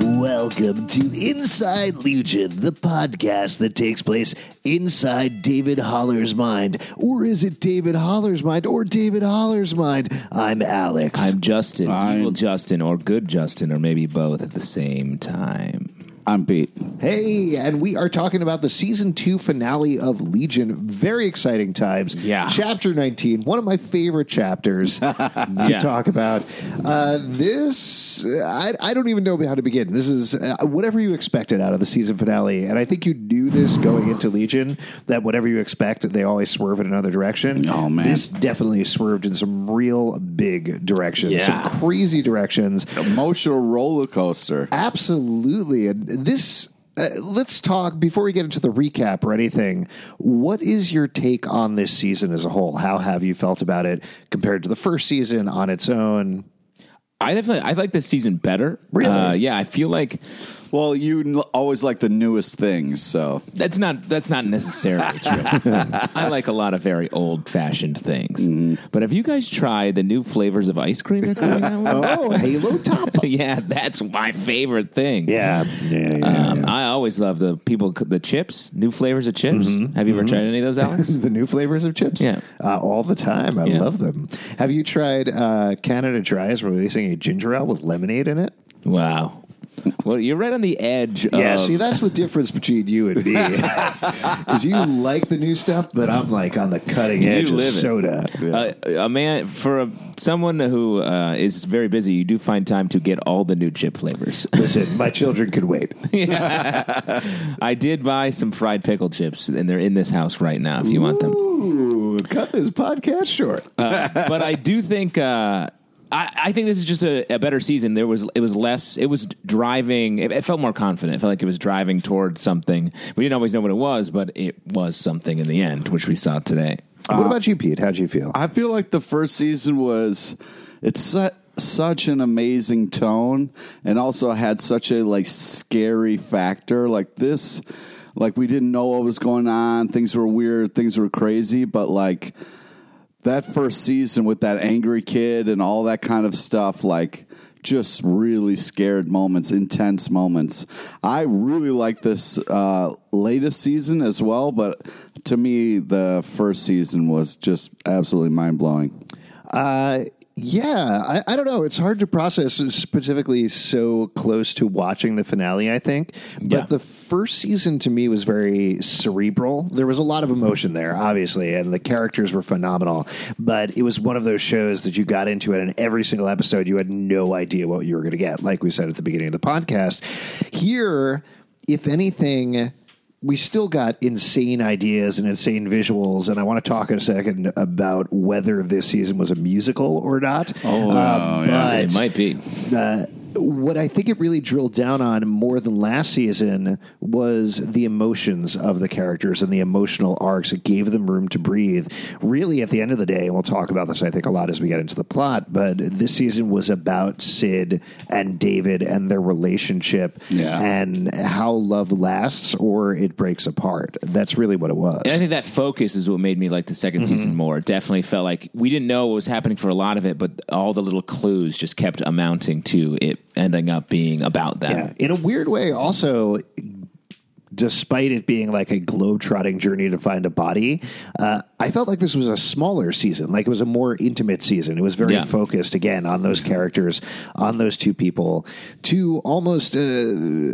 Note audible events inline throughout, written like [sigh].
Welcome to Inside Legion, the podcast that takes place inside David Holler's mind. Or is it David Holler's mind or David Holler's mind? I'm Alex. I'm Justin, I'm- evil Justin, or good Justin, or maybe both at the same time. I'm Pete. hey, and we are talking about the season two finale of Legion. Very exciting times. Yeah. Chapter 19, one of my favorite [laughs] chapters to Yeah. talk about. Uh, this, I, I don't even know how to begin. This is uh, whatever you expected out of the season finale. And I think you knew this going into Legion that whatever you expect, they always swerve in another direction. Oh, man. This definitely swerved in some real big directions, Yeah. some crazy directions. Emotional roller coaster. Absolutely. And this, uh, let's talk before we get into the recap or anything. What is your take on this season as a whole? How have you felt about it compared to the first season on its own? I definitely I like this season better. Really? Uh, yeah, I feel like Well, you n- always like the newest things, so that's not that's [laughs] not necessarily true. I like a lot of very old fashioned things. Mm-hmm. But have you guys tried the new flavors of ice cream? They're coming out with? [laughs] Oh, Halo Top. [laughs] yeah, that's my favorite thing. Yeah. yeah, yeah, Um, yeah. I always love the people the chips, new flavors of chips. Mm-hmm. Have you ever tried any of those, [laughs] Alex? The new flavors of chips, Yeah. uh, all the time. I Yeah. love them. Have you tried uh, Canada Dry is releasing a ginger ale with lemonade in it? wow. Well, you're right on the edge. Yeah, of, see, that's the difference between you [laughs] and me. is you like the new stuff, but I'm like on the cutting edge of live it. soda. Uh, a man for a, someone who uh, is very busy, you do find time to get all the new chip flavors. Listen, my children could wait. I did buy some fried pickle chips, and they're in this house right now. If you want them, Ooh, cut this podcast short. but I do think uh, I, I think this is just a, a better season. There was it was less it was driving. It, it felt more confident. It felt like it was driving towards something. We didn't always know what it was, but it was something in the end, which we saw today. what about you, Pete? How'd you feel? I feel like the first season was it's su- such an amazing tone, and also had such a like scary factor. Like this, like we didn't know what was going on. Things were weird. Things were crazy. But like that first season with that angry kid and all that kind of stuff, like just really scared moments, intense moments. I really like this uh, latest season as well, but to me, the first season was just absolutely mind blowing. Uh, yeah, I, I don't know. It's hard to process specifically so close to watching the finale, I think. But Yeah. the first season to me was very cerebral. There was a lot of emotion there, obviously, and the characters were phenomenal. But it was one of those shows that you got into it, and every single episode you had no idea what you were going to get, like we said at the beginning of the podcast. Here, if anything, we still got insane ideas and insane visuals, and I want to talk in a second about whether this season was a musical or not. Oh, yeah. It might be. uh, what I think it really drilled down on more than last season was the emotions of the characters and the emotional arcs. It gave them room to breathe. Really, at the end of the day, and we'll talk about this, I think, a lot as we get into the plot, but this season was about Sid and David and their relationship Yeah. and how love lasts or it breaks apart. That's really what it was. And I think that focus is what made me like the 2nd Mm-hmm. season more. It definitely felt like we didn't know what was happening for a lot of it, but all the little clues just kept amounting to it ending up being about that. Yeah. In a weird way, also, despite it being like a globe-trotting journey to find a body, uh, I felt like this was a smaller season. Like it was a more intimate season. It was very Yeah. focused, again, on Mm-hmm. those characters, on those two people, to almost, uh,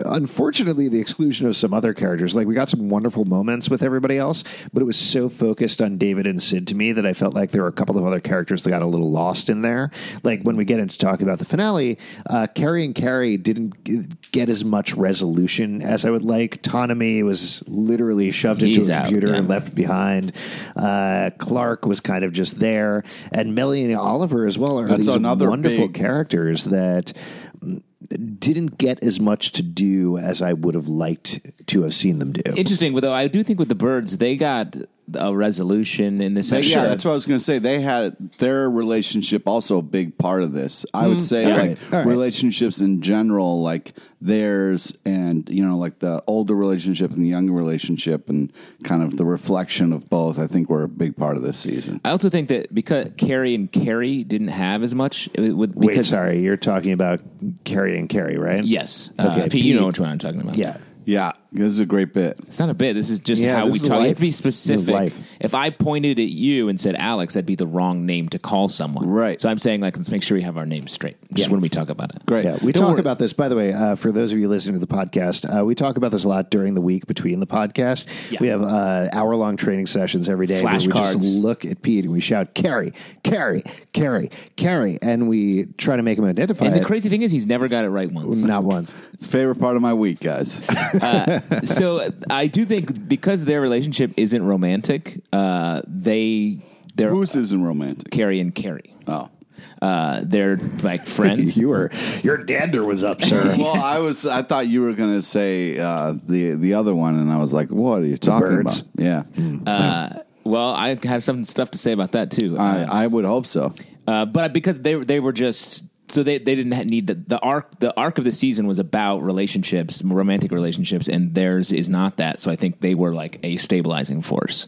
unfortunately, the exclusion of some other characters. Like we got some wonderful moments with everybody else, but it was so focused on David and Sid to me that I felt like there were a couple of other characters that got a little lost in there. Like when we get into talking about the finale, uh, Carrie and Carrie didn't g- get as much resolution as I would like. Tanami was literally shoved He's into a out, computer yeah. and left behind. Uh, Clark was kind of just there, and Melanie and Oliver as well are That's these another wonderful big- characters that mm, didn't get as much to do as I would have liked to have seen them do. Interesting, though I do think with the birds, they got a resolution in this. They- episode. Yeah, that's what I was going to say. They had their relationship also a big part of this. I would say all like right, Mm. all right. relationships in general, like theirs, and you know, like the older relationship and the younger relationship, and kind of the reflection of both. I think were a big part of this season. I also think that because Carrie and Carrie didn't have as much it would Wait, because sorry, you're talking about Carrie and Carrie, right? yes, Okay, uh, Pete, you Pete. know which one I'm talking about. yeah. Yeah, this is a great bit. it's not a bit. This is just Yeah, how this we is talk. You have life. to be This is specific. life. If I pointed at you and said Alex, that'd be the wrong name to call someone. Right. So I'm saying like let's make sure we have our names straight just when we talk about it. Great. Yeah, we Don't talk worry. about this. By the way, uh, for those of you listening to the podcast, uh, we talk about this a lot during the week between the podcast. Yeah. We have uh, hour long training sessions every day where we just Flashcards. look at Pete and we shout, Carrie, Carrie, Carrie, Carrie. And we try to make him identify And it. the crazy thing is, he's never got it right once. Not once. It's favorite part of my week, guys. [laughs] so I do think because their relationship isn't romantic, uh, they they're Who's isn't romantic? Carrie and Carrie. Oh. Uh, they're [laughs] like friends. You were, your dander was up, [laughs] sir. Well, I was. I thought you were going to say uh, the the other one, and I was like, "What are you talking birds. Mm. about?" Yeah, Uh, well, I have some stuff to say about that too. I, Uh, I would hope so. uh, but because they they were just so they, they didn't ha- need the, the arc the arc of the season was about relationships romantic relationships and theirs is not that so i think they were like a stabilizing force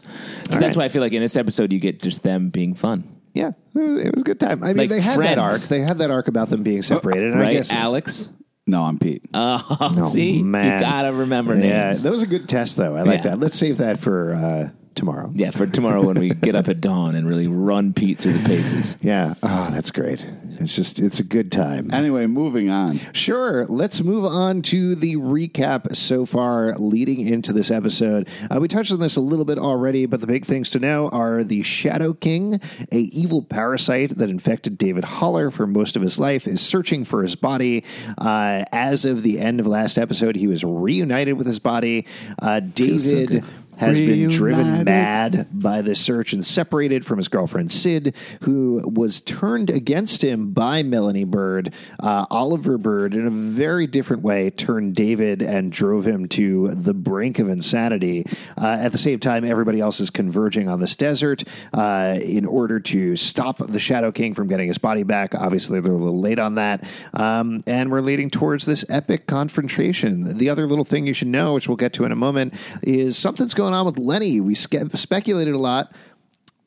so that's why i feel like in this episode you get just them being fun yeah, it was, it was a good time. I mean, Like they had that friends. arc. They had that arc about them being separated. And right I guess alex No, I'm Pete. oh, see you gotta remember yeah, names That was a good test, though. I like Yeah. that. Let's save that for uh, tomorrow. yeah for tomorrow when we get up at dawn and really run pete through the paces Yeah. Oh, that's great. It's just, it's a good time. anyway, moving on. Sure. Let's move on to the recap so far leading into this episode. Uh, we touched on this a little bit already, but the big things to know are the Shadow King, a evil parasite that infected David Holler for most of his life, is searching for his body. Uh, as of the end of last episode, he was reunited with his body. Uh, David has been driven Reunited. mad mad by the search and separated from his girlfriend Sid, who was turned against him by Melanie Bird. Uh, Oliver Bird, in a very different way, turned David and drove him to the brink of insanity. Uh, at the same time, everybody else is converging on this desert uh, in order to stop the Shadow King from getting his body back. Obviously, they're a little late on that. Um, and we're leading towards this epic confrontation. The other little thing you should know, which we'll get to in a moment, is something's going on with Lenny. We sca- speculated a lot.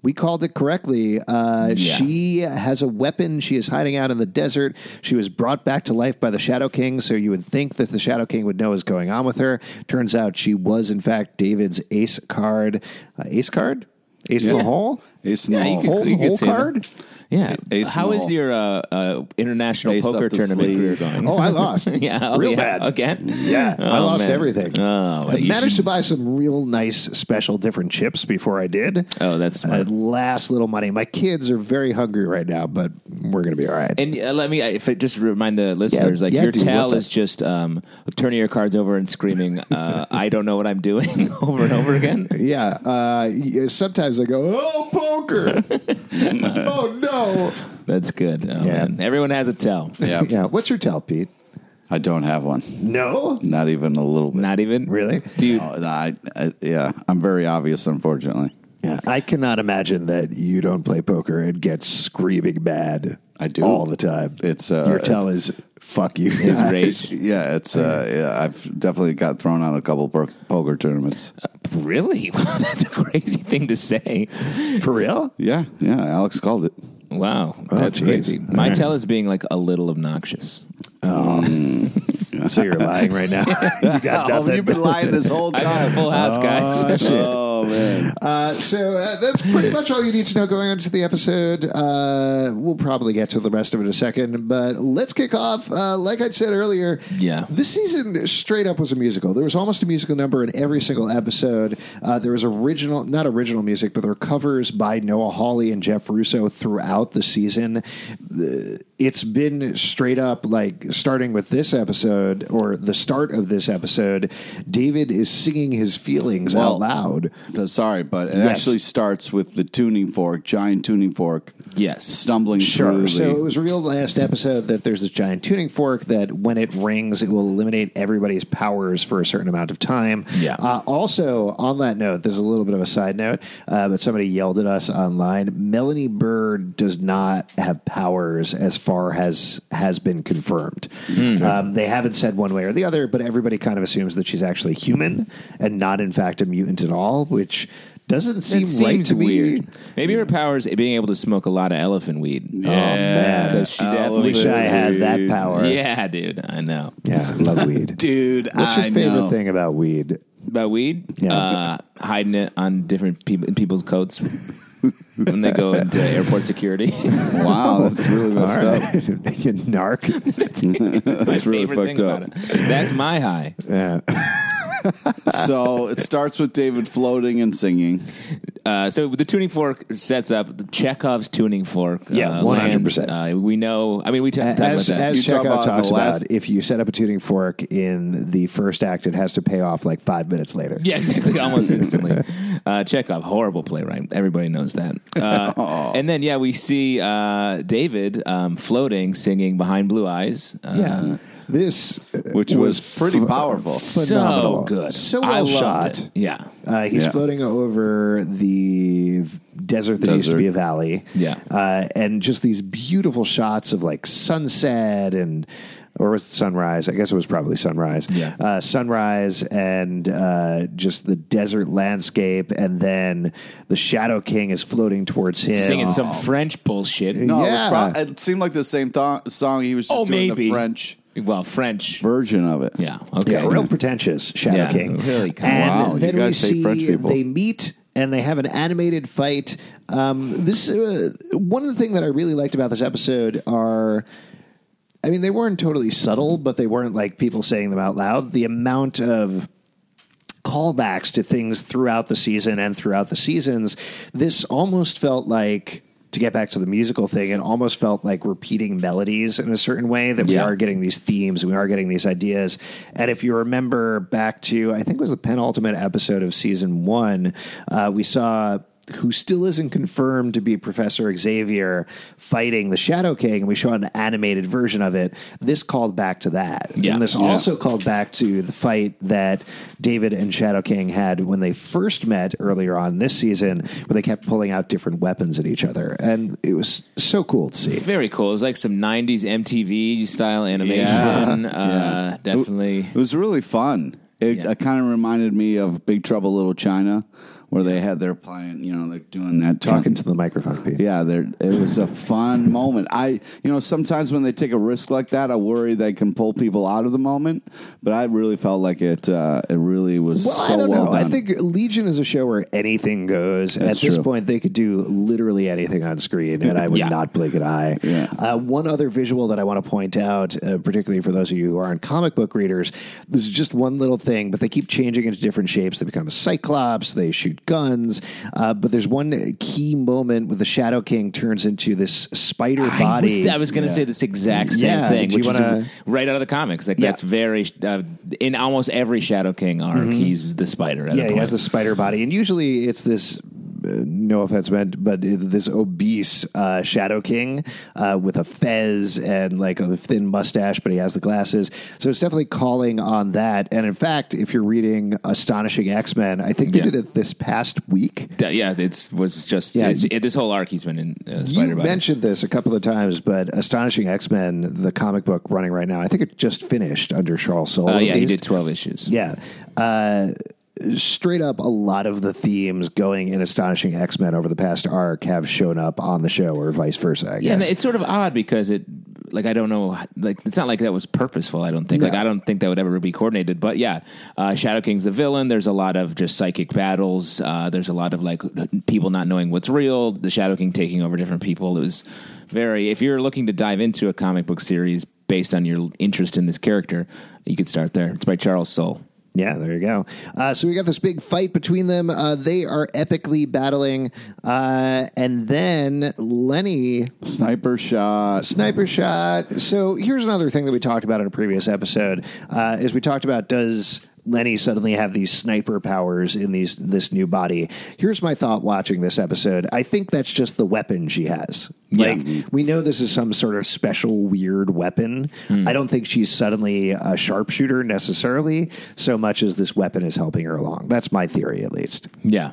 We called it correctly. Uh, She has a weapon. She is hiding out in the desert. She was brought back to life by the Shadow King, so you would think that the Shadow King would know what's going on with her. Turns out she was, in fact, David's ace card. Uh, ace card? Ace in the Yeah. hole? Ace in Yeah, the you hole. could- Hole, you hole say that. card? yeah Ace how in the is hole. your uh, uh, international Ace up poker the tournament sleeve. career going [laughs] Oh, I lost. yeah oh, Real yeah, bad. again Yeah, I Oh, lost man. everything. Oh, I you managed to should- buy some real nice, special, different chips before I did. Oh, that's uh, smart. last little money. My kids are very hungry right now, but we're gonna be all right. And uh, let me, I- if I just remind the listeners, like yeah, your dude, what's towel up? is just um, turning your cards over and screaming, [laughs] uh, "I don't know what I'm doing" [laughs] over and over again. yeah, uh, y- sometimes I go, "Oh, poker! oh no!" That's good. Oh, Yeah. man. everyone has a towel. Oh, Yeah. Yeah, what's your tell, Pete? I don't have one. No, Not even a little bit. Not even really. Oh, Do you? No, I, I, yeah, I'm very obvious, unfortunately. Yeah, I cannot imagine that you don't play poker and get screaming bad. I do. all the time. It's, uh, your tell is fuck you. Is rage Yeah, it's uh, yeah, I've definitely got thrown out a couple per- poker tournaments. really? [laughs] Wow, that's a crazy thing to say. [laughs] for real? Yeah, yeah, Alex called it. Wow, that's Oh, jeez. crazy. All My right. tell is being like a little [laughs] obnoxious. So you're lying right now. [laughs] you [laughs] got Oh, nothing. you've been lying this whole I got a time. full house, guys. [laughs] Oh man, Uh, so uh, that's pretty much all you need to know going into the episode. Uh, we'll probably get to the rest of it in a second, but let's kick off. Uh, like I said earlier, Yeah. this season straight up was a musical. There was almost a musical number in every single episode. Uh, there was original, not original music, but there were covers by Noah Hawley and Jeff Russo throughout the season. The- It's been straight up like starting with this episode or the start of this episode. David is singing his feelings Well, out loud. sorry, but it Yes. actually starts with the tuning fork, giant tuning fork, Yes. stumbling through. the- So it was revealed last episode that there's this giant tuning fork that when it rings, it will eliminate everybody's powers for a certain amount of time. Yeah. Uh, also, on that note, this is a little bit of a side note, uh, but somebody yelled at us online. Melanie Bird does not have powers as far as has been confirmed. Hmm. Um, they haven't said one way or the other, but everybody kind of assumes that she's actually human and not, in fact, a mutant at all, which doesn't seem It right seems to me. weird. Maybe her powers being able to smoke a lot of elephant weed. Oh, man. Because she I definitely wish I had that power. Um, Yeah, dude. I know. Yeah, I love weed. dude, What's your I favorite know. thing about weed? About weed? Yeah. Uh, hiding it on different people in people's coats when they [laughs] go into airport security. Wow, [laughs] that's really All messed right, [laughs] up. you narc. [laughs] That's really Favorite thing fucked up. about it. That's my high. Yeah. [laughs] so it starts with David floating and singing. Uh, so the tuning fork sets up Chekhov's tuning fork. Yeah, uh, 100%. lands. Uh, we know. I mean, we t- talked about As, that. as You talk Chekhov about the talks last- about, if you set up a tuning fork in the first act, it has to pay off like five minutes later. [laughs] Yeah, exactly. [laughs] Almost instantly. Uh, Chekhov, horrible playwright. Everybody knows that. Uh, and then, yeah, we see uh, David um, floating, singing behind blue eyes. Uh, Yeah. This uh, Which was pretty powerful. phenomenal. So good. So well I loved shot. it. Yeah. Uh, he's Yeah. floating over the v- desert that used to Desert. be a valley. Yeah. Uh, and just these beautiful shots of like sunset and, or was it sunrise? I guess it was probably sunrise. Yeah. Uh, sunrise and uh, just the desert landscape. And then the Shadow King is floating towards him. Singing some French bullshit. No, Yeah. it, was pro- it seemed like the same tho- song. He was just Oh, doing maybe. the French Well, French. version of it. Yeah. Okay. Yeah, real pretentious Shadow Yeah, King. really kind of- and Wow, you then we guys hate see French people. they meet and they have an animated fight. Um, this uh, one of the thing that I really liked about this episode are. I mean, they weren't totally subtle, but they weren't like people saying them out loud. The amount of callbacks to things throughout the season and throughout the seasons, this almost felt like to get back to the musical thing, it almost felt like repeating melodies in a certain way that we Yeah. are getting these themes, we are getting these ideas. And if you remember back to, I think it was the penultimate episode of season one, uh, we saw who still isn't confirmed to be Professor Xavier fighting the Shadow King, and we saw an animated version of it. This called back to that. Yeah. And this Yeah. also called back to the fight that David and Shadow King had when they first met earlier on this season, where they kept pulling out different weapons at each other. And it was so cool to see. Very cool. It was like some 90s MTV style animation. Uh, Definitely. It was really fun. It, Yeah. it kind of reminded me of Big Trouble Little China, where they had their plan. You know, they're doing that Talking to the microphone, Pete. Yeah, there. It was a fun moment. I, you know, sometimes when they take a risk like that, I worry they can pull people out of the moment. But I really felt like it. Uh, it really was Well, so I don't well know. done. I think Legion is a show where anything goes. That's At this true. point, they could do literally anything on screen, and I would Yeah. not blink an eye. Yeah. Uh, one other visual that I want to point out, uh, particularly for those of you who aren't comic book readers, this is just one little thing, but they keep changing into different shapes. They become a cyclops, they shoot guns, uh, but there's one key moment where the Shadow King turns into this spider I was- body. I was, going to say this exact same Yeah, thing, do you which is wanna- right out of the comics. Like Yeah. that's very uh, in almost every Shadow King arc. He's the spider. At a yeah, he point. has the spider body, and usually it's this. uh, No offense meant, but it- this obese uh, Shadow King uh, with a fez and like a thin mustache, but he has the glasses. So it's definitely calling on that. And in fact, if you're reading Astonishing X Men, I think they Yeah. did it this past week. D- yeah, it's was just Yeah. it's- it- this whole arc he's been in uh, You Spider Body. mentioned this a couple of times, but Astonishing X Men, the comic book running right now, I think it just finished under Charles Soule. Oh yeah, at he least. did twelve issues. Yeah. Uh, straight up, a lot of the themes going in Astonishing X Men over the past arc have shown up on the show, or vice versa. I Yeah, and guess. it's sort of odd because it like I don't know like it's not like that was purposeful. I don't think like I don't think that would ever be coordinated. But yeah, uh, Shadow King's the villain. There's a lot of just psychic battles. Uh, there's a lot of like people not knowing what's real. The Shadow King taking over different people. It was very. If you're looking to dive into a comic book series based on your interest in this character, you could start there. It's by Charles Soule. Yeah, there you go. Uh, so we got this big fight between them. Uh, they are epically battling, uh, and then Lenny sniper shot. sniper shot. So here's another thing that we talked about in a previous episode: uh, is we talked about does Lenny suddenly have these sniper powers in these this new body. Here's my thought watching this episode. I think that's just the weapon she has. Like we know this is some sort of special weird weapon. I don't think she's suddenly a sharpshooter necessarily, so much as this weapon is helping her along. That's my theory at least. Yeah,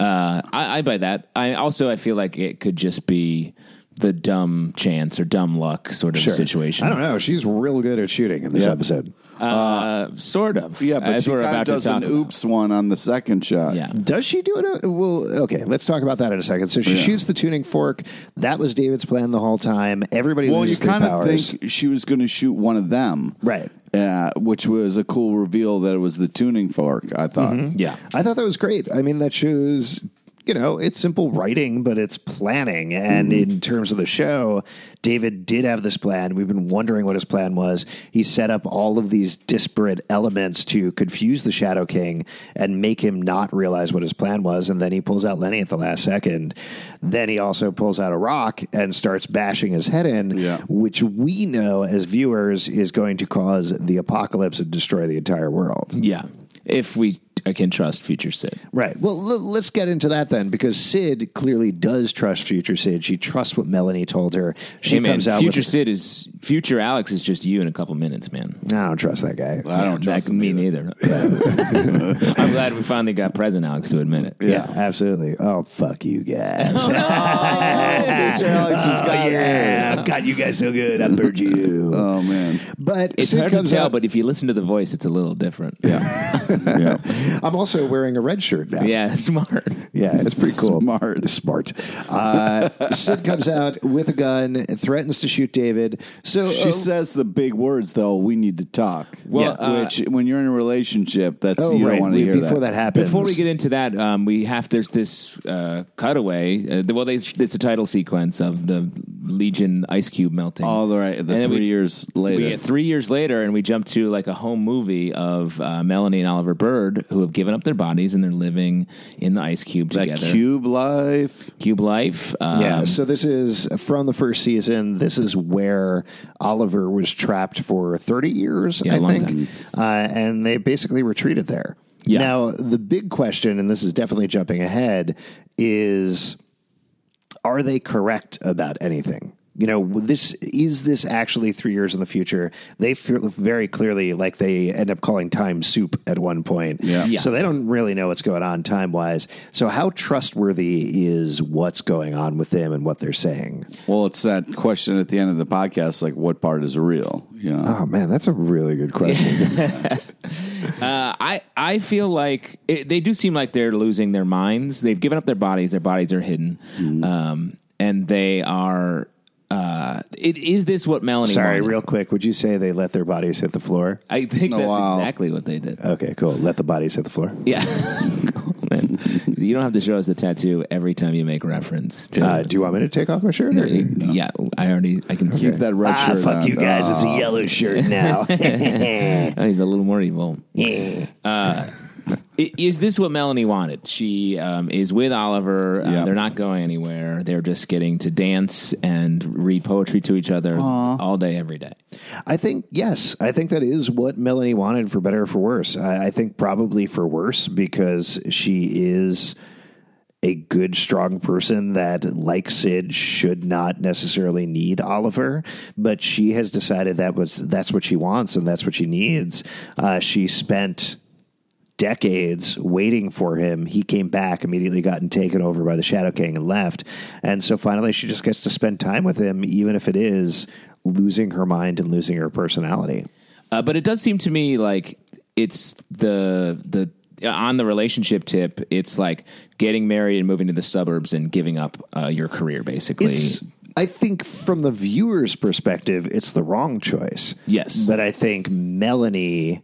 uh, I, I buy that. I also I feel like it could just be the dumb chance or dumb luck sort of situation. I don't know. She's real good at shooting in this Yeah. episode. Uh, sort of. Yeah, but As she we're kind of about to does an talk about. oops one on the second shot. Yeah. Does she do it? Well, okay, let's talk about that in a second. So she shoots the tuning fork. That was David's plan the whole time. Everybody Well, you loses their kind of powers. think she was going to shoot one of them, Right. Uh, which was a cool reveal that it was the tuning fork. I thought. Yeah. I thought that was great. I mean, that shows, you know, it's simple writing, but it's planning. And in terms of the show, David did have this plan. We've been wondering what his plan was. He set up all of these disparate elements to confuse the Shadow King and make him not realize what his plan was. And then he pulls out Lenny at the last second. Then he also pulls out a rock and starts bashing his head in, Yeah. which we know as viewers is going to cause the apocalypse and destroy the entire world. Yeah. If we I can trust future Sid. Right. Well, l- let's get into that then, because Sid clearly does trust future Sid. She trusts what Melanie told her. She Hey, man, comes out future with. Sid is future Alex is just you in a couple minutes, man. I don't trust that guy. I don't Yeah, trust that- him me neither. [laughs] I'm glad we finally got present Alex to admit it. yeah, absolutely. Oh, fuck you guys. Oh, Alex was got yeah, I've got you guys so good. I burned you. Oh man. but It's Sid hard to comes [laughs] tell, out. but if you listen to the voice, it's a little different. Yeah. yeah. [laughs] I'm also wearing a red shirt now. Yeah, [laughs] smart. Yeah, it's pretty cool. Smart. Smart. Uh, Sid comes out with a gun, threatens to shoot David. So She uh, says the big words though. We need to talk. Well, Yeah. uh, which when you're in a relationship, that's oh, you right, don't want to we- hear before that, that. happens. Before we get into that, um, we have there's this uh, cutaway. Uh, the- well, they, it's a title sequence of the Legion Ice Cube melting. All right. And The then three we- years We later. get three years later, and we jump to like a home movie of uh, Melanie and Oliver Bird, who have given up their bodies and they're living in the ice cube that together. cube life. Cube life. Um, Yeah, Uh, so this is from the first season. This is where Oliver was trapped for 30 years, Yeah, I a long think. Uh, and they basically retreated there. Yeah. Now, the big question, and this is definitely jumping ahead, is are they correct about anything? You know, this is this actually three years in the future? They feel very clearly like they end up calling time soup at one point. Yeah. Yeah. So they don't really know what's going on time wise. So how trustworthy is what's going on with them and what they're saying? Well, it's that question at the end of the podcast, like what part is real? You know. Ah, Oh man, that's a really good question. Uh, I I feel like it, they do seem like they're losing their minds. They've given up their bodies. Their bodies are hidden, Mm-hmm. um, and they are. Uh, it, is this what [laughs] Melanie? Sorry, wanted? real quick, would you say they let their bodies hit the floor? I think that's wow. exactly what they did. Okay, cool. Let the bodies hit the floor. Uh, Yeah. [laughs] Cool, man. you don't have to show us the tattoo every time you make reference to. Uh, do you want me to take off my shirt? or- Yeah, I already I can see Keep that red Ah, shirt fuck on. you guys. It's a yellow shirt [laughs] now. Oh, he's a little more evil. Yeah. I- Is this what Melanie wanted? She um, is with Oliver. Uh, Yeah. They're not going anywhere. They're just getting to dance and read poetry to each other all day, every day. I think yes. I think that is what Melanie wanted, for better or for worse. I, I think probably for worse because she is a good, strong person that, like Sid, should not necessarily need Oliver, but she has decided that was that's what she wants and that's what she needs. Uh, she spent decades waiting for him. He came back, immediately gotten taken over by the Shadow King and left. And so finally she just gets to spend time with him, even if it is losing her mind and losing her personality. Uh, but it does seem to me like it's the the uh, on the relationship tip. It's like getting married and moving to the suburbs and giving up uh, your career, basically. It's I think from the viewer's perspective, it's the wrong choice. Yes. But I think Melanie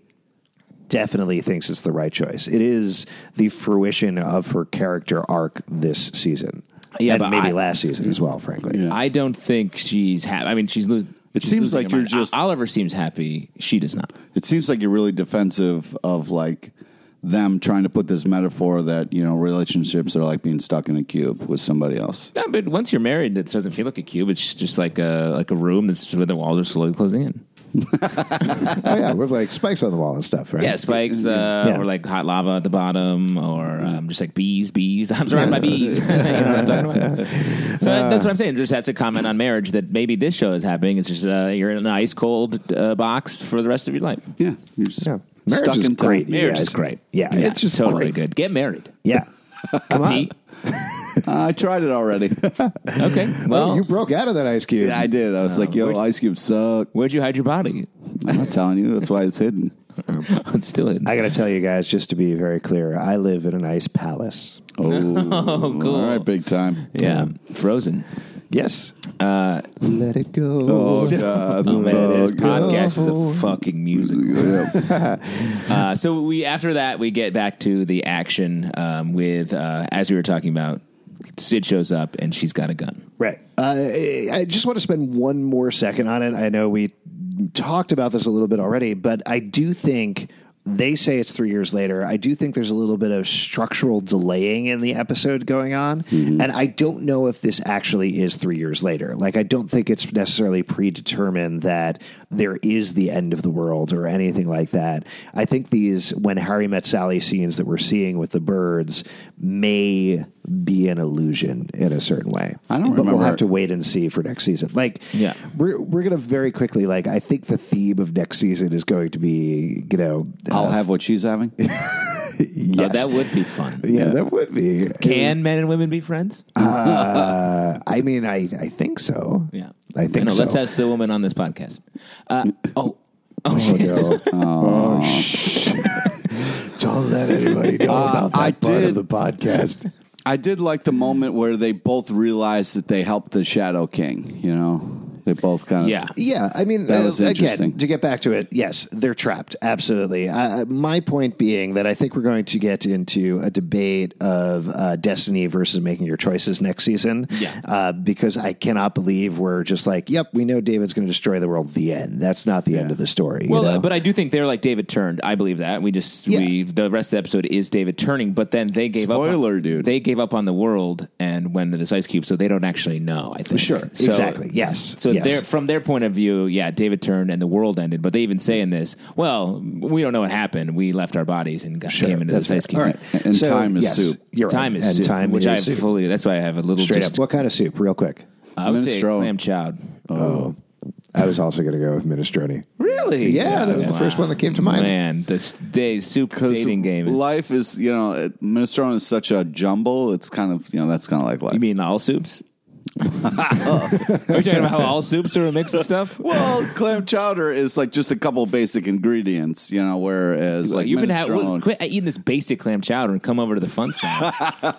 definitely thinks it's the right choice. It is the fruition of her character arc this season. Yeah, and but maybe I- last season as well, frankly. I don't think she's happy. I mean, she's losing. It seems like you're just- Oliver seems happy. She does not. It seems like you're really defensive of like them trying to put this metaphor that you know relationships are like being stuck in a cube with somebody else. No, but once you're married, it doesn't feel like a cube. It's just like a like a room that's where the walls are slowly closing in. oh, yeah, with like spikes on the wall and stuff, right? Yeah, spikes, uh, Yeah. Mm-hmm. or like hot lava at the bottom, or um, just like bees, bees. [laughs] I'm surrounded by bees. you know what I'm talking about? So Uh. that's what I'm saying. Just that's a comment on marriage that maybe this show is happening. It's just uh, you're in an ice cold uh, box for the rest of your life. Yeah, you're just Yeah. Marriage stuck is in great. time. Yeah, Marriage is it's- great. yeah, it's just totally great. good. Get married, [laughs] Yeah. Come on. Pete. Uh, I tried [laughs] it already. Okay, Oh, well, you broke out of that ice cube. Yeah, I did. I was like, "Yo, where'd- Ice Cube suck." where'd you hide your body? [laughs] I'm not telling you. That's why it's hidden. it's still hidden. I got to tell you guys, just to be very clear, I live in an ice palace. [laughs] Oh, oh, cool. all right, big time. Yeah, frozen. Yes. Uh, Let it go. Oh [laughs] god, Oh man, this Oh, God. podcast is a fucking music. Yeah. [laughs] Uh, so we after that we get back to the action um, with uh, as we were talking about. Sid shows up and she's got a gun. Right. Uh, I just want to spend one more second on it. I know we talked about this a little bit already, but I do think they say it's three years later. I do think there's a little bit of structural delaying in the episode going on. And I don't know if this actually is three years later. Like, I don't think it's necessarily predetermined that there is the end of the world or anything like that. I think these when Harry met Sally scenes that we're seeing with the birds may be an illusion in a certain way I don't but we'll remember. have to wait and see for next season. Like, Yeah. we're we're gonna very quickly. Like, I think the theme of next season is going to be, you know, uh, I'll have what she's having. Yeah, Oh, that would be fun. yeah, that would be. Can men and women be friends? Uh, I mean, I I think so. Yeah, I think No, so. Let's ask the woman on this podcast. Uh, oh, oh, Oh, shit. no. oh shh. Don't let anybody know about that I part of did- the podcast. [laughs] I did like the moment where they both realized that they helped the Shadow King. You know, they both kind of Yeah. Yeah, I mean, That was uh, interesting. again, to get back to it, yes, they're trapped. Absolutely. Uh, my point being that I think we're going to get into a debate of uh, destiny versus making your choices next season. Yeah. Uh, because I cannot believe we're just like, yep, we know David's going to destroy the world. The end. That's not the end of the story. you Well, know? uh, but I do think they're like David turned. I believe that we just Yeah. we the rest of the episode is David turning, but then they gave up. Spoiler, on, dude. They gave up on the world and went to this ice cube, so they don't actually know. I think Sure, So- exactly. Yes. So yes. they're, from their point of view, yeah, David turned and the world ended. But they even say in this, well, we don't know what happened. We left our bodies and got, came into that's this ice right. cube. All right. And time is soup. You're right. Time is and soup, time which is I soup. fully. That's why I have a little Straight just, up. What kind of soup? Real quick. I would say Minestrone. clam chowd. I was also going to go with minestrone. Really? Yeah, that was the first one that came to mind. Man, this day soup 'Cause dating game. Is, Life is, you know, it- minestrone is such a jumble. It's kind of, you know, that's kind of like life. you mean all [laughs] soups? are you talking about how all soups are a mix of stuff? well, clam chowder is like just a couple basic ingredients, you know. Whereas like You've been ha- minestrone, well, quit eating this basic clam chowder and come over to the fun side.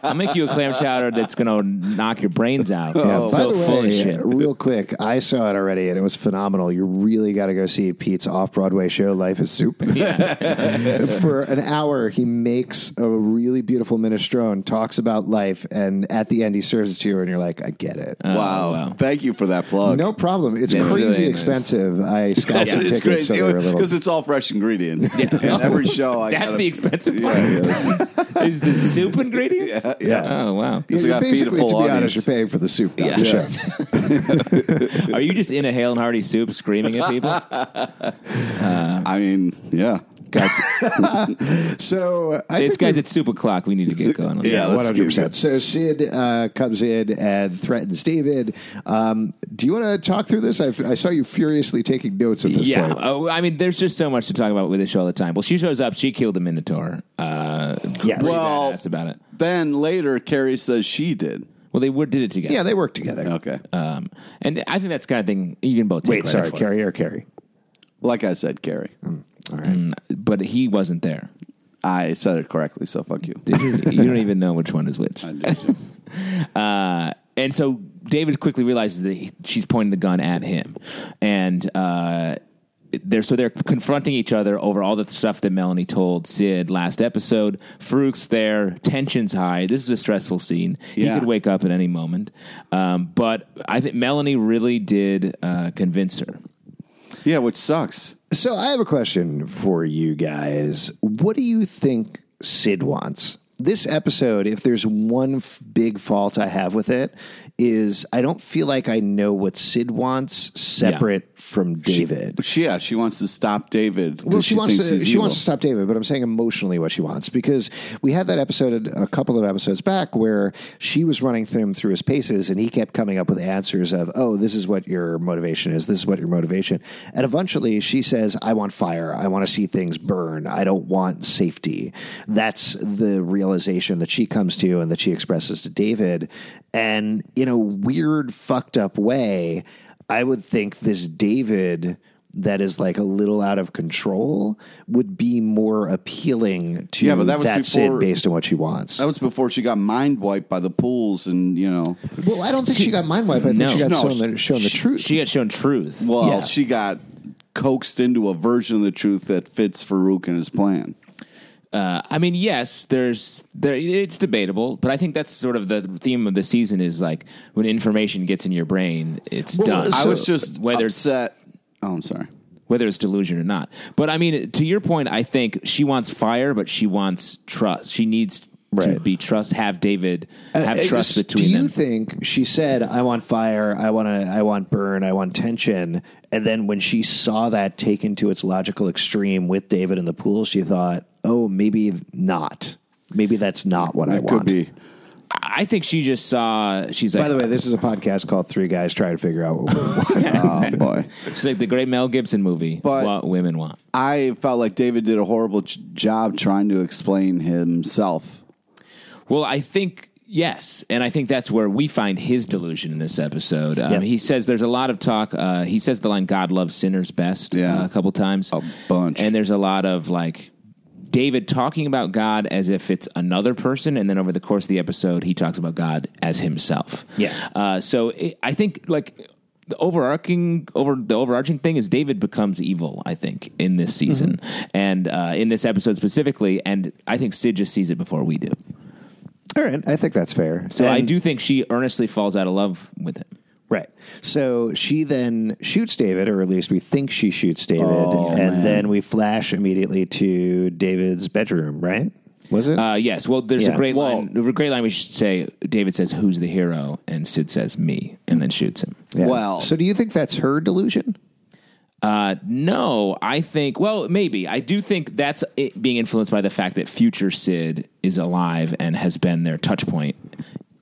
I'll make you a clam chowder that's going to knock your brains [laughs] out. Yeah, so full of shit. real quick, I saw it already and it was phenomenal. You really got to go see Pete's off Broadway show, Life is Soup. [laughs] For an hour, he makes a really beautiful minestrone, talks about life, and at the end, he serves it to you, and you're like, I get it. uh, wow, wow. Thank you for that plug. no problem. It's Uh, Yeah, it's crazy really nice. expensive. [laughs] I scalped some it's tickets, so crazy they were a [laughs] because little. it's all fresh ingredients. Yeah. [laughs] And every show, I That's gotta- the expensive part. Yeah, [laughs] yeah. Is the soup ingredients? yeah, Yeah. Oh wow! It's like I feed a Basically, to full be honest, audience. you're paying for the soup, not Yeah. the Yeah. show. Are you just in a Hale and Hardy soup screaming at people? [laughs] I mean, yeah, [laughs] Guys, So I it's think we guys, it's soup o'clock. We need to get going. On Yeah, this. One let's hundred give percent. it- So Sid uh, comes in and threatens David. Um, do you want to talk through this? I've, I saw you furiously taking notes at this yeah. point. Oh, I mean, there's just so much to talk about with this show all the time. Well, she shows up. She killed the Minotaur. Uh, Yes. pretty Well- badass about it. Then later, Carrie says she did. Well, they were, did it together. Yeah, they work together. Okay. Um, and I think that's the kind of thing you can both take Wait, credit sorry, for. Carrie or Carrie? Like I said, Carrie. But he wasn't there. [laughs] I said it correctly, so fuck you. Did you? you don't even know which one is which. [laughs] Uh, and so David quickly realizes that he, she's pointing the gun at him, and uh, they're so they're confronting each other over all the stuff that Melanie told Sid last episode. Farouk's there, tensions high. This is a stressful scene. Yeah. He could wake up at any moment, um, but I think Melanie really did uh, convince her. Yeah, which sucks. So I have a question for you guys. What do you think Sid wants? this episode, if there's one f- big fault I have with it, is I don't feel like I know what Sid wants separate from David. She, yeah, she wants to stop David. Well, she, wants thinks to he's she evil. wants to stop David, but I'm saying emotionally what she wants because we had that episode a couple of episodes back where she was running through him through his paces, and he kept coming up with answers of, "Oh, this is what your motivation is. This is what your motivation." And eventually, she says, "I want fire. I want to see things burn. I don't want safety." That's the realization that she comes to and that she expresses to David, and in a weird, fucked up way. I would think this David that is like a little out of control would be more appealing to Yeah, but that was before- Oh, Sid based on what she wants. That was before she got mind wiped by the pools, and you know, well, I don't think she, got mind wiped. I think No. she got No, shown, the, shown the truth. She got shown truth. well, Yeah. she got coaxed into a version of the truth that fits Farouk and his plan. Uh, I mean, yes, there's there. It's debatable, but I think that's sort of the theme of the season is like when information gets in your brain, it's done. I was uh, just whether upset. Oh, I'm sorry. whether it's delusion or not. But I mean, to your point, I think she wants fire, but she wants trust. She needs to Right. be trust. Have David have Uh, trust uh, between Do you them. think she said, "I want fire. I want to. I want burn. I want tension"? And then when she saw that taken to its logical extreme with David in the pool, she thought, "Oh, maybe not. Maybe that's not what I That want." could be. I think she just saw. She's like, By the way, this is a podcast called Three Guys Trying to Figure Out What We Want. [laughs] Oh boy. she's like the great Mel Gibson movie. But- what women want. I felt like David did a horrible j- job trying to explain himself. Well, I think yes, and I think that's where we find his delusion in this episode. Um, Yep. He says there's a lot of talk. Uh, he says the line "God loves sinners best" Yeah. Oh. uh, a couple times, A bunch. and there's a lot of like. David talking about God as if it's another person, and then over the course of the episode, he talks about God as himself. Yeah. Uh, so it, I think like the overarching over the overarching thing is David becomes evil. I think in this season and uh, in this episode specifically, and I think Sid just sees it before we do. All right, I think that's fair. So I And- do think she earnestly falls out of love with him. Right. So she then shoots David, or at least we think she shoots David, Oh, and then we flash immediately to David's bedroom. Right? Was it? Uh, yes. Well, there's Yeah. a great Well- line. A great line. We should say. David says, "Who's the hero?" And Sid says, "Me," and then shoots him. Yeah. well- so do you think that's her delusion? Uh, no, I think. Well, maybe I do think that's it being influenced by the fact that future Sid is alive and has been their touch point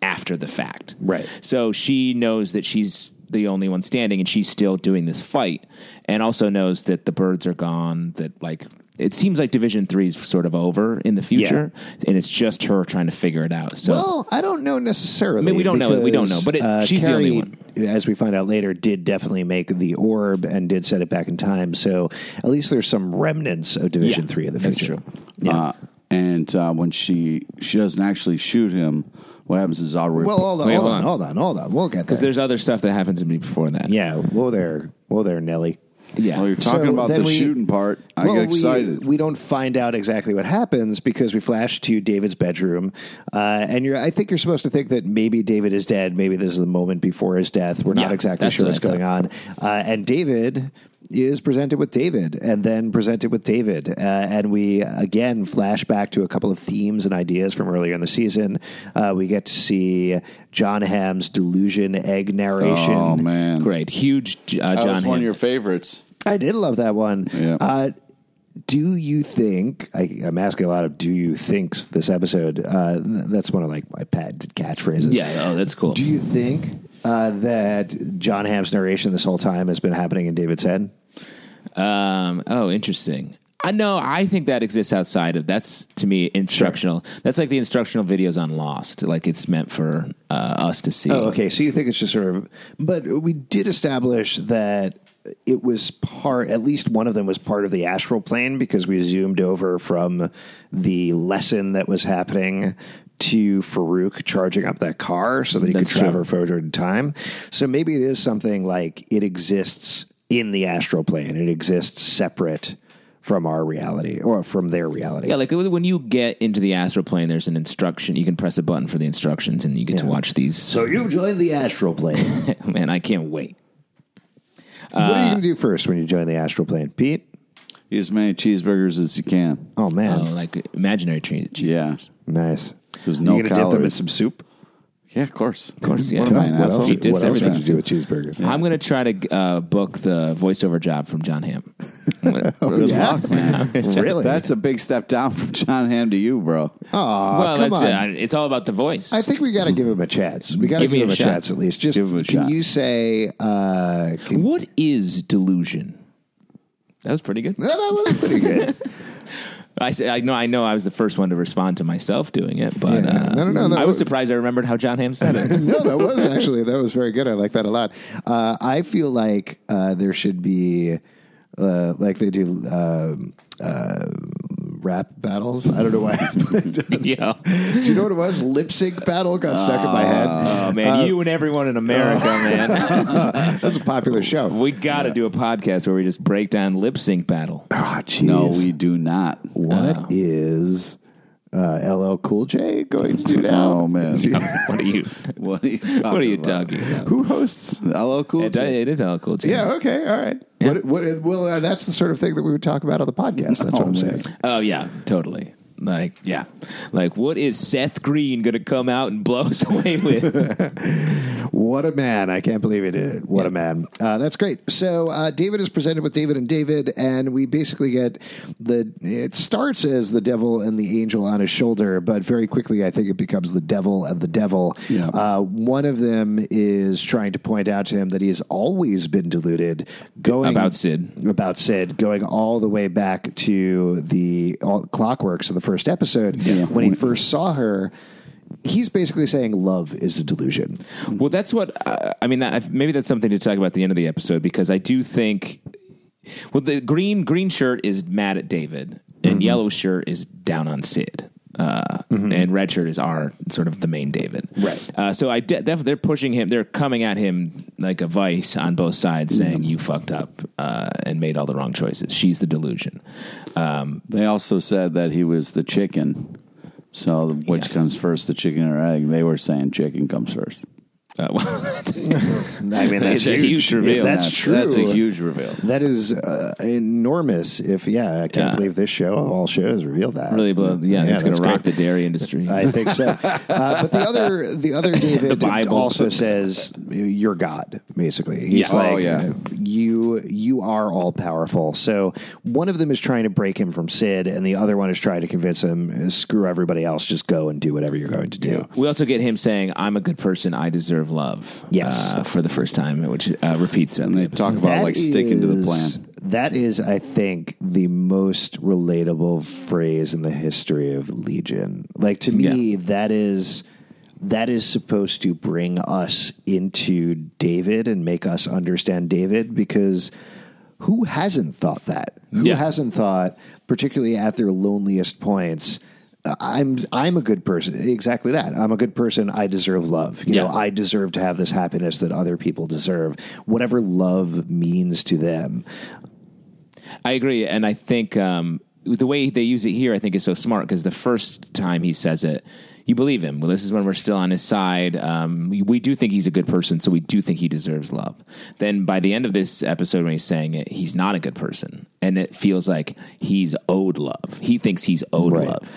after the fact. Right. So she knows that she's the only one standing, and she's still doing this fight, and also knows that the birds are gone. That like it seems like Division Three is sort of over in the future, and it's just her trying to figure it out. So Well, I don't know necessarily. I mean, we don't know- we don't know, but it- she's the only one. As we find out later, did definitely make the orb and did set it back in time. So at least there's some remnants of Division Yeah, Three of the that's future. true. Uh, and uh, when she she doesn't actually shoot him, what happens is I'll rip. Well, hold on, Wait, hold, hold on, on. hold on, hold on. We'll get because there. there's other stuff that happens to me before that. Yeah. Whoa there. Whoa there, Nelly. yeah. Well, you're talking So about then the we- shooting part. I Well, get we- uh, excited. We, don't find out exactly what happens because we flash to David's bedroom, uh, and you're. I think you're supposed to think that maybe David is dead. Maybe this is the moment before his death. We're not Yeah, exactly that's sure what what's I going on. Uh, and David is presented with David, and then presented with David, uh, and we again flash back to a couple of themes and ideas from earlier in the season. Uh, we get to see John Hamm's delusion egg narration. oh man, Great, huge uh, That John. was Oh, one Hamm. of your favorites. I did love that one. Yeah. Uh, do you think I, I'm asking a lot of do you thinks this episode? Uh, th- that's one of like my patented catchphrases. yeah, oh, that's cool. Do you think uh, that John Hamm's narration this whole time has been happening in David's head? Um, oh, interesting. I know. I think that exists outside of that's to me instructional. That's like the instructional videos on Lost. Like it's meant for uh, us to see. Oh, okay. So you think it's just sort of, but we did establish that it was part, at least one of them was part of the astral plane because we zoomed over from the lesson that was happening to Farouk charging up that car so that he That's could true. travel forward in time. So maybe it is something like it exists in the astral plane, it exists separate from our reality or from their reality. Yeah, like when you get into the astral plane, there's an instruction. You can press a button for the instructions, and you get to watch these. [laughs] So you join the astral plane. man, I can't wait. what Uh, are you going to do first when you join the astral plane, Pete? Eat as many cheeseburgers as you can. Oh man. Oh, like imaginary trees. Yeah, Nice. There's you no gonna dip them in calories. some soup? yeah, of course. Of course, yeah. What am I, an What else? asshole? He did what else would you everything. do with cheeseburgers? I'm going to try to uh, book the voiceover job from John Hamm. I'm gonna- Good luck, man. really? That's a big step down from John Hamm to you, bro. Aw, well, come that's on. it. I- It's all about the voice. I think we got to give him a chance. We got to Give give, me him a a shot. chance at least. Just Give him a can shot. you say? Uh, can, what is delusion? That was pretty good. no, that was pretty good. I said, I know, I know, I was the first one to respond to myself doing it, but Yeah. uh, No, no, no, that I was was- surprised I remembered how John Hamm said [laughs] [laughs] it. [laughs] no, that was actually that was very good. I like that a lot. Uh, I feel like uh, there should be uh, like they do um uh, rap battles. I don't know why. [laughs] do yeah. you know what it was? Lip sync battle got stuck in my head. Oh man, you and everyone in [laughs] America, man. That's a popular show. we got to do a podcast where we just break down lip [laughs] sync battle. Oh, geez. No, we do not. What is uh, LL Cool J going to do now? [laughs] Oh man, What are you? what are you talking? What are you about? talking about? Who hosts? Hello, cool. It, J. it is all cool. Jay. Yeah. Okay. All right. What, what, well, uh, that's the sort of thing that we would talk about on the podcast. That's what I'm saying. Oh yeah, totally. Like yeah, like what is Seth Green gonna come out and blow us [laughs] away with? What a man. I can't believe he did it. What a man. Uh, that's great. So, uh, David is presented with David and David, and we basically get the. It starts as the devil and the angel on his shoulder, but very quickly, I think it becomes the devil and the devil. Yeah. Uh, one of them is trying to point out to him that he has always been deluded, going About Sid. about Sid going all the way back to the all, clockworks of the first episode when he first saw her. He's basically saying love is a delusion. well, that's what uh, I mean. That, maybe that's something to talk about at the end of the episode because I do think. Well, the green green shirt is mad at David, and Mm-hmm. yellow shirt is down on Sid. Uh, And red shirt is our sort of the main David, Right. Uh, so I de- def- they're pushing him, they're coming at him like a vice on both sides, saying you fucked up uh, and made all the wrong choices. She's the delusion. Um, They also said that he was the chicken. So which Yeah. comes first, the chicken or egg? They were saying chicken comes first. uh, [laughs] well, I mean, that's [laughs] It's a huge. huge reveal. If that's That's- true. That's a huge reveal. That is uh, enormous. If yeah, I can't Yeah. believe this show of all shows revealed that. really, blow, yeah, it's going that's to rock great. the dairy industry. I think [laughs] so. uh, but the other, the other David The Bible. also says you're God. Basically, he's Yeah. like, Oh, yeah. you, you are all powerful. So one of them is trying to break him from Sid, and the other one is trying to convince him, screw everybody else, just go and do whatever you're going to do. We also get him saying, "I'm a good person. I deserve love." Yes. uh, for the first time, which uh, repeats it. And they talk about That like sticking to the is- plan. That is, I think, the most relatable phrase in the history of Legion. Like to me, that is that is supposed to bring us into David and make us understand David because who hasn't thought that? Who Yeah. hasn't thought, particularly at their loneliest points? I'm I'm a good person. Exactly that. I'm a good person. I deserve love. You Yeah. know, I deserve to have this happiness that other people deserve. Whatever love means to them. I agree, and I think um, the way they use it here, I think, is so smart because the first time he says it, you believe him. Well, this is when we're still on his side. Um, we, we do think he's a good person, so we do think he deserves love. Then by the end of this episode, when he's saying it, he's not a good person, and it feels like he's owed love. He thinks he's owed Right. love,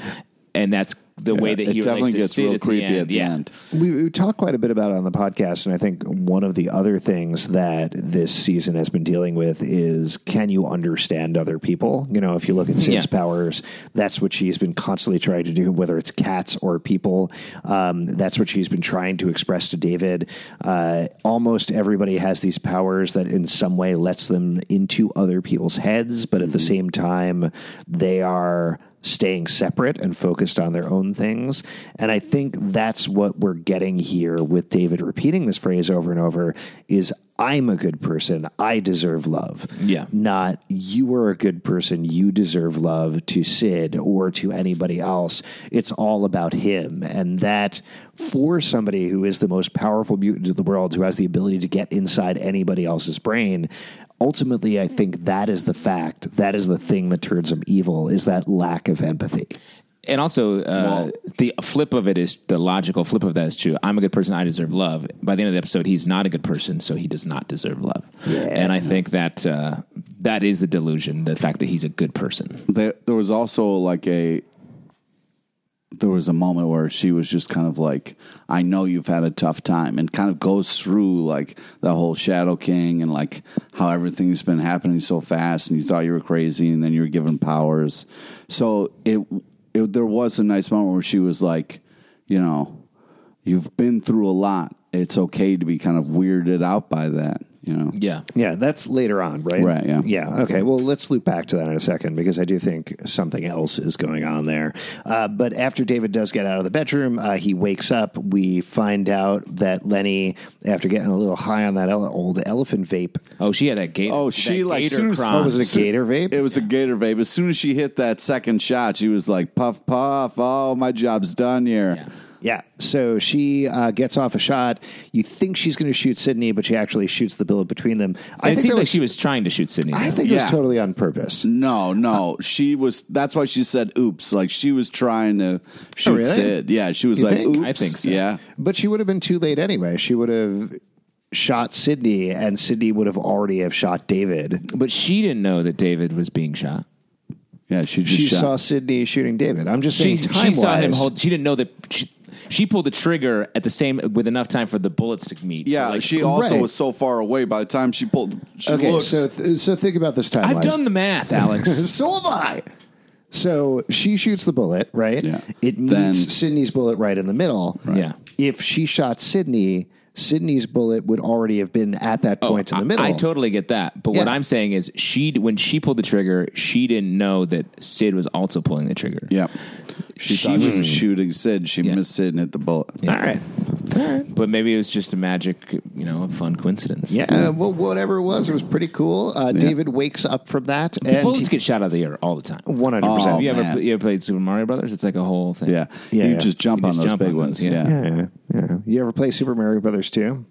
and that's the way that it he definitely relates to gets Sid real at creepy the end. at the yeah. end. We, we talk quite a bit about it on the podcast, and I think one of the other things that this season has been dealing with is can you understand other people? You know, if you look at Sid's Yeah. powers, that's what she's been constantly trying to do, whether it's cats or people. Um, that's what she's been trying to express to David. Uh, almost everybody has these powers that in some way lets them into other people's heads, but at the same time, they are staying separate and focused on their own things. And I think that's what we're getting here with David repeating this phrase over and over is I'm a good person, I deserve love. Yeah. Not you are a good person, you deserve love to Sid or to anybody else. It's all about him. And that for somebody who is the most powerful mutant in the world who has the ability to get inside anybody else's brain, ultimately I think that is the fact, that is the thing that turns him evil is that lack of empathy. And also, uh, the flip of it is the logical flip of that is true. I'm a good person. I deserve love. By the end of the episode, he's not a good person, so he does not deserve love. And I think that uh, that is the delusion, the fact that he's a good person. There, there was also like a there was a moment where she was just kind of like, I know you've had a tough time, and kind of goes through like the whole Shadow King and like how everything's been happening so fast, and you thought you were crazy, and then you were given powers. So it, it there was a nice moment where she was like, you know, you've been through a lot. It's okay to be kind of weirded out by that, you know. Yeah. Yeah, that's later on, right? Right, yeah. Yeah. Okay. Well, let's loop back to that in a second because I do think something else is going on there. Uh, but after David does get out of the bedroom, uh, he wakes up. We find out that Lenny, after getting a little high on that ele- old elephant vape, Oh, she had that gator. Oh, that she like gator soon as- crime. Oh, was it a soon- gator vape? It was a gator vape. As soon as she hit that second shot, she was like, "Puff, puff! Oh, my job's done here." Yeah. Yeah. So she uh, gets off a shot. You think she's going to shoot Sydney, but she actually shoots the bullet between them. I And think it seems that like she was trying to shoot Sydney. I though. think it Yeah. was totally on purpose. No, no, she was. That's why she said, "Oops!" Like she was trying to shoot Oh, really? Sid. Yeah, she was You like, think? "Oops!" I think so. Yeah, But she would have been too late anyway. She would have shot Sydney, and Sydney would have already have shot David. but she didn't know that David was being shot. yeah. She just She shot. saw Sydney shooting David. I'm just She, saying, time she saw him hold. She didn't know that. She, she pulled the trigger at the same with enough time for the bullets to meet. So, yeah, like, she also right. was so far away. By the time she pulled, she Okay, looks. so th- so think about this timeline. I've done the math, Alex. [laughs] so have I. So she shoots the bullet, right? Yeah. It meets Then- Sydney's bullet right in the middle. Yeah. If she shot Sydney, Sydney's bullet would already have been at that point in the middle. I, I totally get that, but what Yeah. I'm saying is, she when she pulled the trigger, she didn't know that Sid was also pulling the trigger. yeah, she, She thought she was- was shooting Sid. She Hmm. Yeah. missed Sid and hit the bullet. All right. All right. But maybe it was just a magic, you know, a fun coincidence. Yeah, uh, well, whatever it was, it was pretty cool. Uh, David wakes up from that, and bullets get shot out of the air all the time. one hundred Oh, percent. you ever man. you ever played Super Mario Brothers? It's like a whole thing. Yeah, Yeah, you yeah. just jump You on just those jump big on ones. those, yeah. yeah. Yeah, yeah. You ever play Super Mario Brothers too?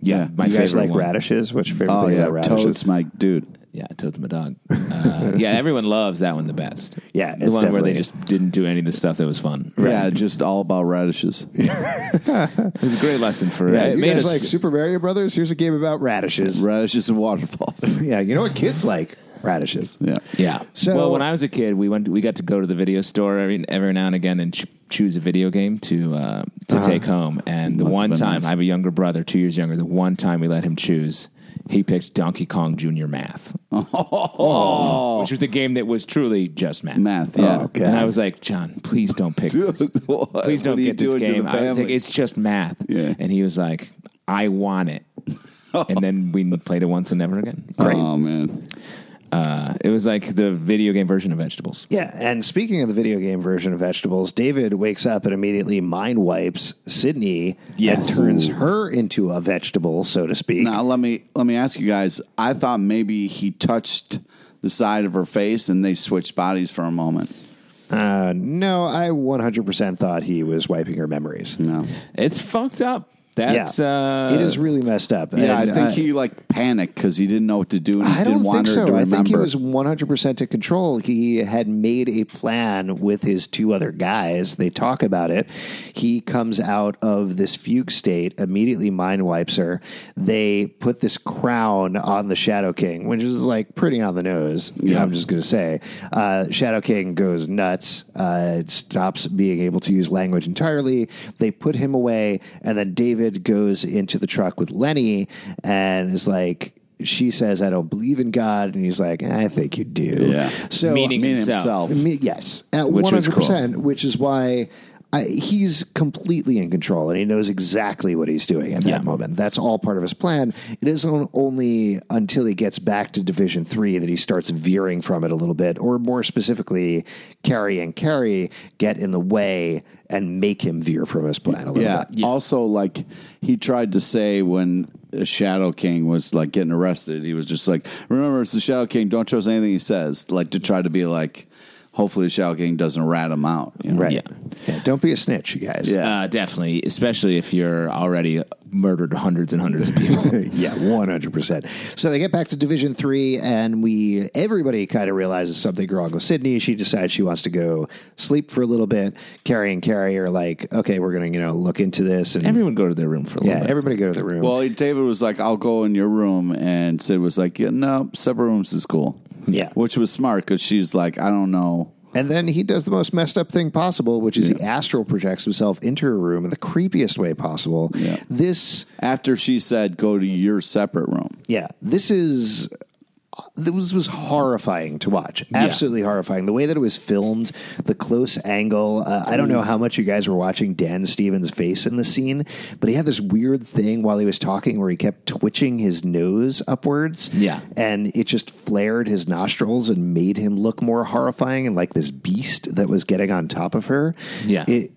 yeah. Yeah. My you guys favorite like one. radishes? What's your favorite Oh thing yeah, about radishes? Toad's my dude. Yeah, Toad's my dog. Uh, yeah, everyone loves that one the best. Yeah, the it's one where they definitely- just didn't do any of the stuff that was fun. Yeah, just all about radishes. It was a great lesson for. Yeah, it you made guys us like Super Mario Brothers? Here's a game about radishes. radishes and [laughs] waterfalls. Yeah, you know what kids like? Radishes. yeah. Yeah. So- well, when I was a kid, we went. We got to go to the video store every, every now and again and ch- choose a video game to uh, to take home. And the Uh-huh. Must have one been time, nice. I have a younger brother, two years younger. The one time we let him choose, he picked Donkey Kong Junior Math, [laughs] Oh, which was a game that was truly just math. Oh. math. Yeah. Okay. And I was like, John, please don't pick. Dude, this. [laughs] what? Please don't What are you get this doing to game. the I was like, family? it's just math. Yeah. And he was like, I want [laughs] it. and then we played it once and never again. Oh man. Uh, it was like the video game version of vegetables. Yeah, and speaking of the video game version of vegetables, David wakes up and immediately mind wipes Sydney Yes. and turns her into a vegetable, so to speak. Now let me let me ask you guys. I thought maybe he touched the side of her face and they switched bodies for a moment. Uh, no, I 100% thought he was wiping her memories. No. It's fucked up. That's uh, it is really messed up. Yeah, And uh, I think I- he like panicked because he didn't know what to do and he I didn't don't want think so. her to I remember. think he was 100% in control. He had made a plan with his two other guys. They talk about it. He comes out of this fugue state, immediately mind wipes her. They put this crown on the Shadow King, which is like pretty on the nose. I'm just going to say. Uh, Shadow King goes nuts, uh, stops being able to use language entirely. They put him away, and then David goes into the truck with Lenny and is like, she says, I don't believe in God. And he's like, I think you do. Yeah. So, Meaning meaning himself. himself. Me- yes, at Which one was hundred cool. percent, which is why I, he's completely in control and he knows exactly what he's doing at Yeah. that moment. That's all part of his plan. It is on, only until he gets back to Division Three that he starts veering from it a little bit, or more specifically, Carrie and Carrie get in the way and make him veer from his plan a little yeah. bit. Also, like he tried to say when Shadow King was like getting arrested, he was just like, "Remember, it's the Shadow King. Don't trust anything he says." Like to try to be like, hopefully, the Shadow King doesn't rat him out. you know? Right. Yeah. Yeah, Don't be a snitch, you guys. Yeah. uh, definitely, especially if you're already murdered hundreds and hundreds of [laughs] people. yeah, one hundred percent. So they get back to Division Three, and we everybody kind of realizes something wrong with Sydney. She decides she wants to go sleep for a little bit. Carrie and Carrie are like, "Okay, we're going to you know look into this." And Everyone go to their room for a yeah, little bit. everybody go to the room. Well, David was like, "I'll go in your room," and Sid was like, "Yeah, no, separate rooms is cool." Yeah. which was smart because she's like, "I don't know." And then he does the most messed up thing possible, which is he astral projects himself into a room in the creepiest way possible. Yeah. This After she said, "Go to your separate room." yeah, this is this was horrifying to watch. Absolutely horrifying. The way that it was filmed, the close angle. Uh, I Mm. don't know how much you guys were watching Dan Stevens' face in the scene, but he had this weird thing while he was talking where he kept twitching his nose upwards. Yeah. And it just flared his nostrils and made him look more horrifying and like this beast that was getting on top of her. Yeah. It,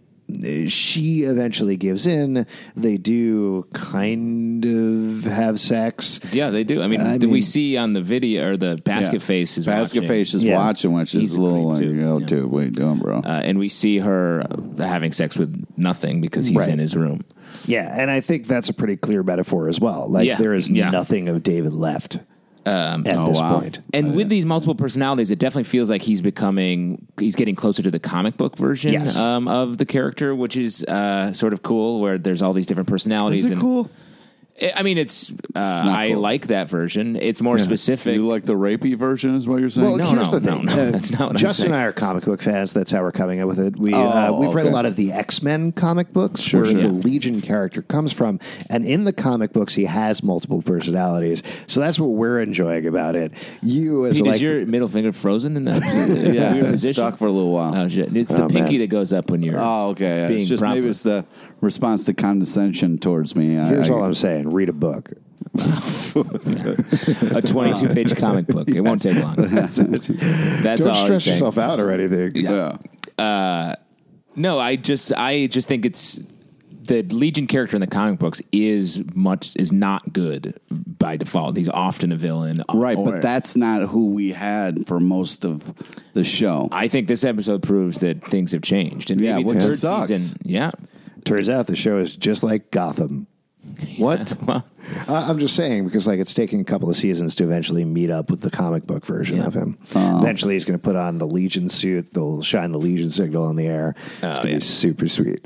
she eventually gives in. They do kind of have sex. Yeah, they do. I mean, I do we mean- see on the video or the basket Yeah. face is basket watching, face is Yeah. watching, which He's is a little a like, creep, too. "Oh, Yeah. dude, what you doing, bro?" uh, and we see her uh, having sex with nothing because he's Right. in his room. Yeah, and I think that's a pretty clear metaphor as well. Like Yeah, there is yeah. Um, nothing of David left at Oh, this wow. point. And with these multiple personalities, it definitely feels like he's becoming, he's getting closer to the comic book version Yes. um, of the character, which is uh, sort of cool. Where there's all these different personalities. is it and, cool? I- I mean, it's, uh, not I cool. like that version. It's more specific. You like the rapey version? Is what you're saying? Well, No, here's no, the no, thing. Uh, no, [laughs] that's not what I'm Justin saying. and I are comic book fans. That's how we're coming up with it. We uh, Oh, we've read a okay. lot of the X Men comic books, Sure, where sure. the Yeah. Legion character comes from, and in the comic books, he has multiple personalities. So that's what we're enjoying about it. You as Pete, like is your middle finger frozen in that [laughs] yeah, weird it's position? stuck for a little while. Oh, shit. It's the Oh, pinky man. that goes up when you're. Oh, okay. Being it's just proper. maybe it's the response to condescension towards me. I- here's I- [laughs] all I'm saying. Read a book. a 22 [laughs] page comic book. It won't take long. That's Don't all. I'm stress saying. yourself out or anything. yeah. No, I just I just think it's the Legion character in the comic books is much is not good by default. He's often a villain, Right, or- but that's not who we had for most of the show. I think this episode proves that things have changed, and Yeah, maybe which the third sucks. season, yeah. [laughs] Turns out the show is just like Gotham. What? Well, [laughs] I I'm just saying because like it's taking a couple of seasons to eventually meet up with the comic book version of him. Oh. Eventually, he's going to put on the Legion suit. They'll shine the Legion signal in the air. Oh, it's going to yeah. be super sweet.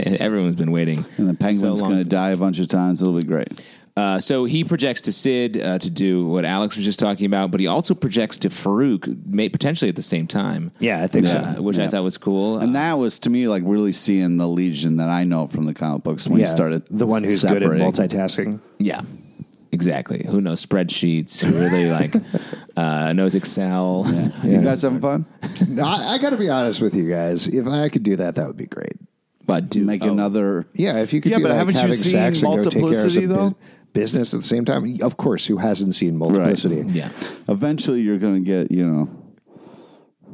everyone's been waiting, And the penguin's so long going to die a bunch of times. It'll be great. Uh, so he projects to Sid uh, to do what Alex was just talking about, but he also projects to Farouk, may, potentially at the same time. Yeah, I think uh, so. which I Yeah. thought was cool. And that was to me like really seeing the Legion that I know from the comic books when yeah, he started. the one who's good separating. at [laughs] multitasking. Yeah, exactly. Who knows spreadsheets? Who [laughs] really like uh, knows Excel? You guys having fun? No, I, I got to be honest with you guys. If I could do that, that would be great. [laughs] But oh, do Make another. Yeah, if you could. Yeah, do, but like, haven't you having seen sex and go take care of Multiplicity, some though? bu- Business at the same time, of course. Who hasn't seen multiplicity? yeah. Eventually, you're going to get you know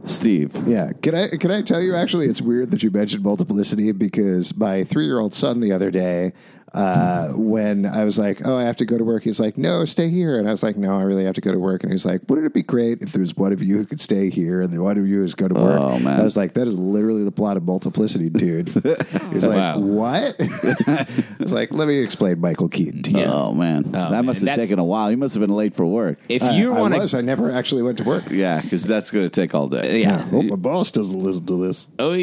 Steve. Yeah. Can I can I tell you actually it's weird that you mentioned multiplicity because my three year old son the other day, uh, when I was like, Oh, I have to go to work, he's like, No, stay here. And I was like, No, I really have to go to work. And he was like, Wouldn't it be great if there's one of you who could stay here and the one of you is go to work? Oh, man. I was like, That is literally the plot of multiplicity, [laughs] dude. he's like, Wow. What? [laughs] I was like, Let me explain Michael Keaton to you. Yeah. Oh man, that man, must have that's- taken a while. You must have been late for work. If you I want was. to, I never actually went to work. yeah, because that's going to take all day. yeah. I hope my boss doesn't listen to this. Oy.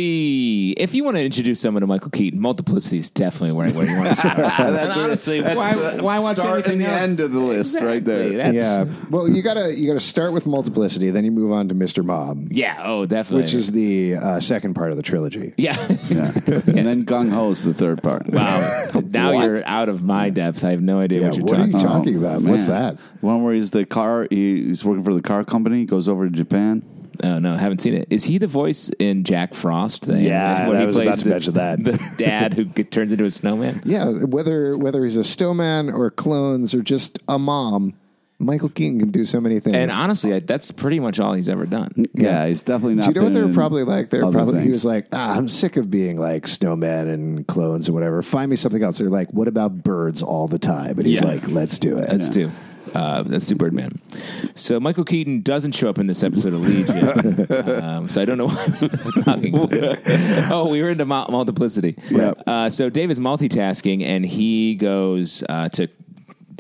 If you want to introduce someone to Michael Keaton, multiplicity is definitely where, where you want to [laughs] start. and honestly, That's why, the why watch start anything and the else? end of the list right there. Exactly. That's- yeah. Well, you gotta you gotta start with multiplicity, then you move on to Mr. Mom, yeah. Oh, definitely. which is the uh, second part of the trilogy. yeah. [laughs] Yeah. and then Gung Ho's the third part. Wow. now you're out of my depth. I have no idea what Yeah, you're what are talking you about. talking about? What's that? Oh, One where he's the car. He, he's working for the car company. He goes over to Japan. Oh, no, I haven't seen it. Is he the voice in Jack Frost? The Yeah, where I he was about plays to the- mention that. The dad who g- turns into [laughs] a snowman? Yeah, whether whether he's a snowman or clones or just a mom, Michael Keaton can do so many things. And honestly, I, that's pretty much all he's ever done. Yeah, he's definitely not. do you know what been they were in probably like? They were other probably he things. was like, ah, I'm sick of being like snowman and clones and whatever. Find me something else. They're like, what about birds all the time? And he's Yeah. like, let's do it. That's two. Uh, that's two Birdman. So Michael Keaton doesn't show up in this episode of [laughs] Legion. um, so I don't know [laughs] what we're talking about. oh, we were into mul- multiplicity. Yep. Uh, so David's multitasking and he goes uh, to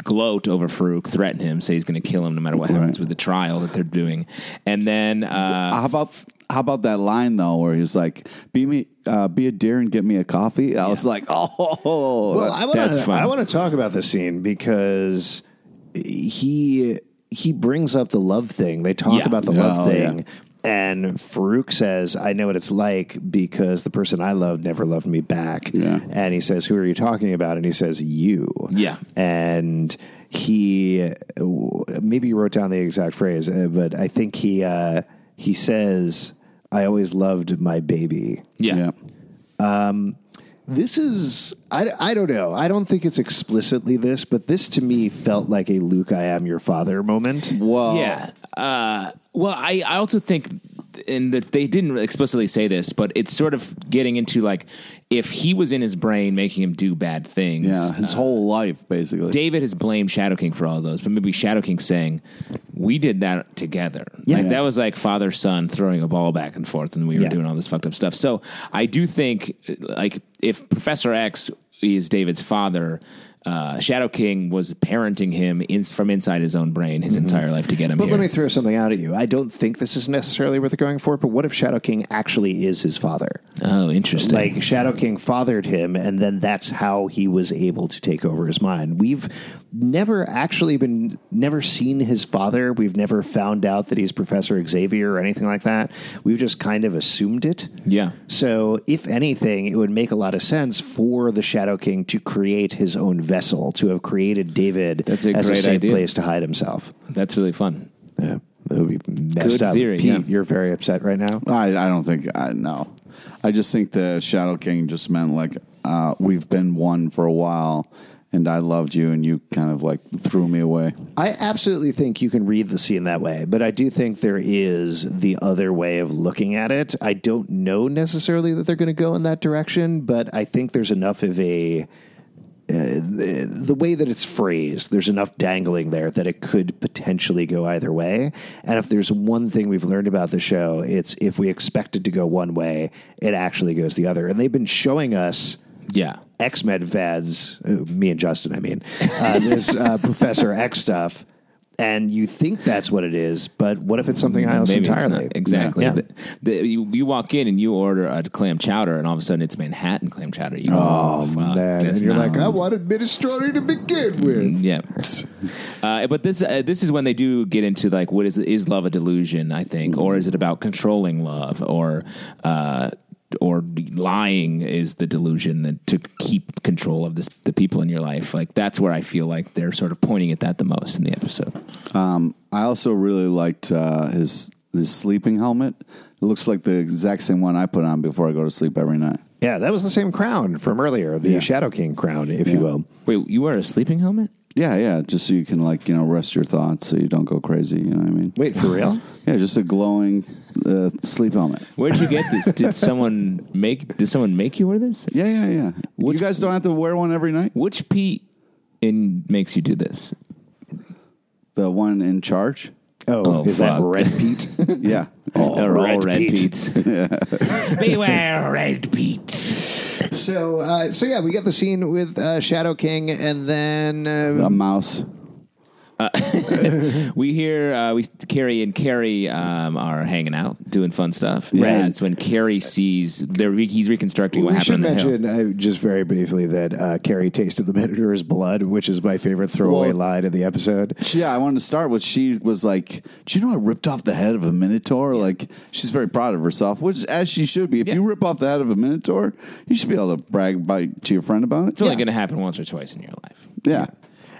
gloat over Farouk, threaten him, say he's going to kill him no matter what happens Right. with the trial that they're doing. And then. Uh, How about how about that line though, where he's like, "Be me, uh, be a deer and get me a coffee." I was like, [laughs] "Oh, Well, I want That's to. fun. I want to talk about this scene because he he brings up the love thing. They talk Yeah. about the Yeah, love oh, thing, And Farouk says, I know what it's like because the person I loved never loved me back. Yeah. And he says, Who are you talking about? And he says, You. Yeah. And he, maybe you wrote down the exact phrase, uh, but I think he, uh, he says, I always loved my baby. Yeah. This is, I, I don't know. I don't think it's explicitly this, but this to me felt like a Luke, I am your father moment. Well, Yeah. Um, Uh, well, I, I also think, and that they didn't explicitly say this, but it's sort of getting into like if he was in his brain making him do bad things. yeah, his whole life basically. David has blamed Shadow King for all those, but maybe Shadow King saying, "We did that together." Yeah. Like that was like father son throwing a ball back and forth, and we were Yeah. doing all this fucked up stuff. So I do think, like, if Professor X is David's father. Uh, Shadow King was parenting him in, from inside his own brain his entire life to get Mm-hmm. him But here. let me throw something out at you. I don't think this is necessarily what they're going for, but what if Shadow King actually is his father? oh, interesting. Like Shadow King fathered him, and then that's how he was able to take over his mind. We've never actually been, never seen his father. We've never found out that he's Professor Xavier or anything like that. We've just kind of assumed it. Yeah. So, if anything, it would make a lot of sense for the Shadow King to create his own vessel, to have created David That's a as a great safe idea. place to hide himself. That's really fun. Yeah, that would be messed Good up. theory, Pete, yeah. you're very upset right now. I, I don't think I no. I just think the Shadow King just meant like uh, we've been one for a while, and I loved you, and you kind of like threw me away. I absolutely think you can read the scene that way, but I do think there is the other way of looking at it. I don't know necessarily that they're going to go in that direction, but I think there's enough of a uh, the, the way that it's phrased, there's enough dangling there that it could potentially go either way. And if there's one thing we've learned about the show, it's if we expect it to go one way, it actually goes the other. And they've been showing us Yeah. X Med fads, uh, me and Justin, I mean, uh, this [laughs] uh, Professor X stuff, and you think that's what it is, but what if it's something else Maybe it's entirely? not. Exactly. Yeah. The- the- you, you walk in and you order a clam chowder, and all of a sudden it's Manhattan clam chowder. You go, oh, fuck, that's not- wanted minestrone to begin with. Yeah, uh, but this uh, this is when they do get into like what is is love a delusion? I think, or is it about controlling love, or uh, or lying is the delusion that to keep control of this the people in your life? Like that's where I feel like they're sort of pointing at that the most in the episode. I also really liked uh, his his sleeping helmet. It looks like the exact same one I put on before I go to sleep every night. Yeah, that was the same crown from earlier, the Yeah. Shadow King crown, if you Yeah. will. Wait, you wear a sleeping helmet? Yeah, yeah, just so you can like you know rest your thoughts, so you don't go crazy. You know what I mean? Wait, for real? Yeah, just a glowing uh, sleep helmet. Where'd you get this? did someone make? Did someone make you wear this? Yeah, yeah, yeah. you guys don't have to wear one every night. Which Pete in makes you do this? The one in charge. [laughs] Oh, Oh, is that fuck. Red [laughs] Pete? Yeah. They're Red Pete. Petes. [laughs] Beware, Red Pete. so, uh, so yeah, we get the scene with uh, Shadow King, and then uh, A mouse. We hear uh, we Carrie and Carrie um, are hanging out, doing fun stuff. Yeah. That's when Carrie sees they're re- he's reconstructing what we should happened on the hill. mention uh, just very briefly that uh, Carrie tasted the Minotaur's blood, which is my favorite throwaway Well- line in the episode. Yeah, I wanted to start with she was like, Do you know I ripped off the head of a minotaur? Like, she's very proud of herself, which as she should be. If Yeah. you rip off the head of a minotaur, you should be able to brag by, to your friend about it. It's only going to happen once or twice in your life. yeah.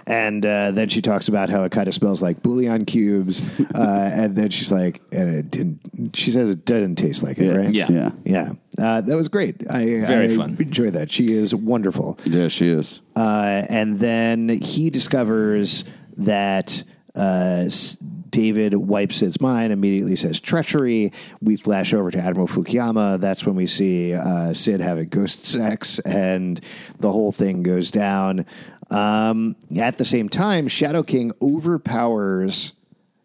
And uh, then she talks about how it kind of smells like bouillon cubes, uh, and then she's like, and it didn't. She says it didn't taste like it, right? Yeah. Yeah. yeah. Uh, that was great. I Very I fun. Enjoy that. She is wonderful. Yeah, she is. Uh, and then he discovers that uh, s- David wipes his mind, immediately says treachery. We flash over to Admiral Fukuyama. That's when we see uh, Sid having ghost sex, and the whole thing goes down. Um, at the same time, Shadow King overpowers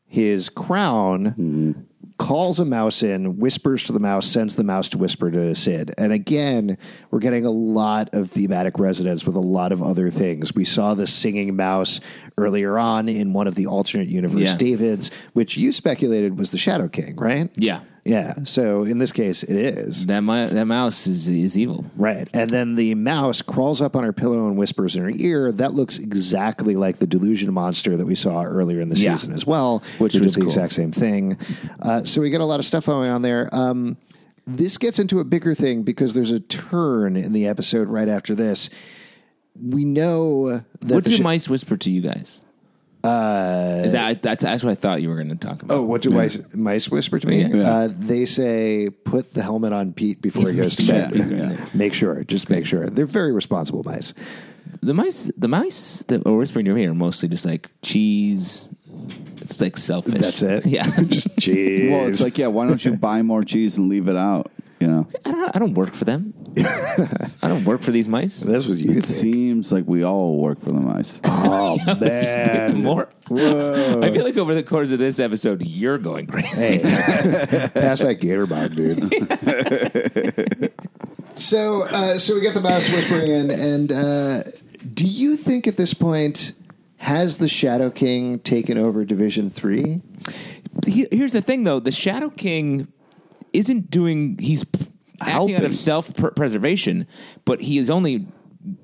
his crown. Mm-hmm. Calls a mouse in, whispers to the mouse, sends the mouse to whisper to Sid. And again, we're getting a lot of thematic resonance with a lot of other things. We saw the singing mouse earlier on in one of the alternate universe Yeah. Davids, which you speculated was the Shadow King, right? Yeah. Yeah. So in this case, it is. That mi- that mouse is is evil. Right. And then the mouse crawls up on her pillow and whispers in her ear. That looks exactly like the delusion monster that we saw earlier in the Yeah. season as well, Which who did was the cool. exact same thing. Uh, so we got a lot of stuff going on there. Um, this gets into a bigger thing because there's a turn in the episode right after this. We know that What the do sh- mice whisper to you guys? Uh, is that that's that's what I thought you were going to talk about? Oh, what do mice, mice whisper to me? Yeah. Yeah. Uh, they say, put the helmet on Pete before he goes to [laughs] bed. Yeah. Make sure, just make sure. They're very responsible mice. the mice, the mice that are whispering to me are mostly just like cheese. It's like selfish. That's [laughs] it. [laughs] Yeah, Just jeez. Well, it's like, yeah, why don't you buy more cheese and leave it out? You know, I don't. I don't work [laughs] for them. I don't work for these mice. that's what you it think. seems like we all work for the mice. [laughs] Oh The man. more, [laughs] I feel like over the course of this episode, you're going [laughs] Hey, crazy. pass that gator bomb, dude. [laughs] so, uh, so we got the mouse whispering, and, and uh, do you think at this point has the Shadow King taken over Division Three? He- here's the thing, though: the Shadow King isn't doing. He's p- acting out Helping. of self-preservation, but he is only.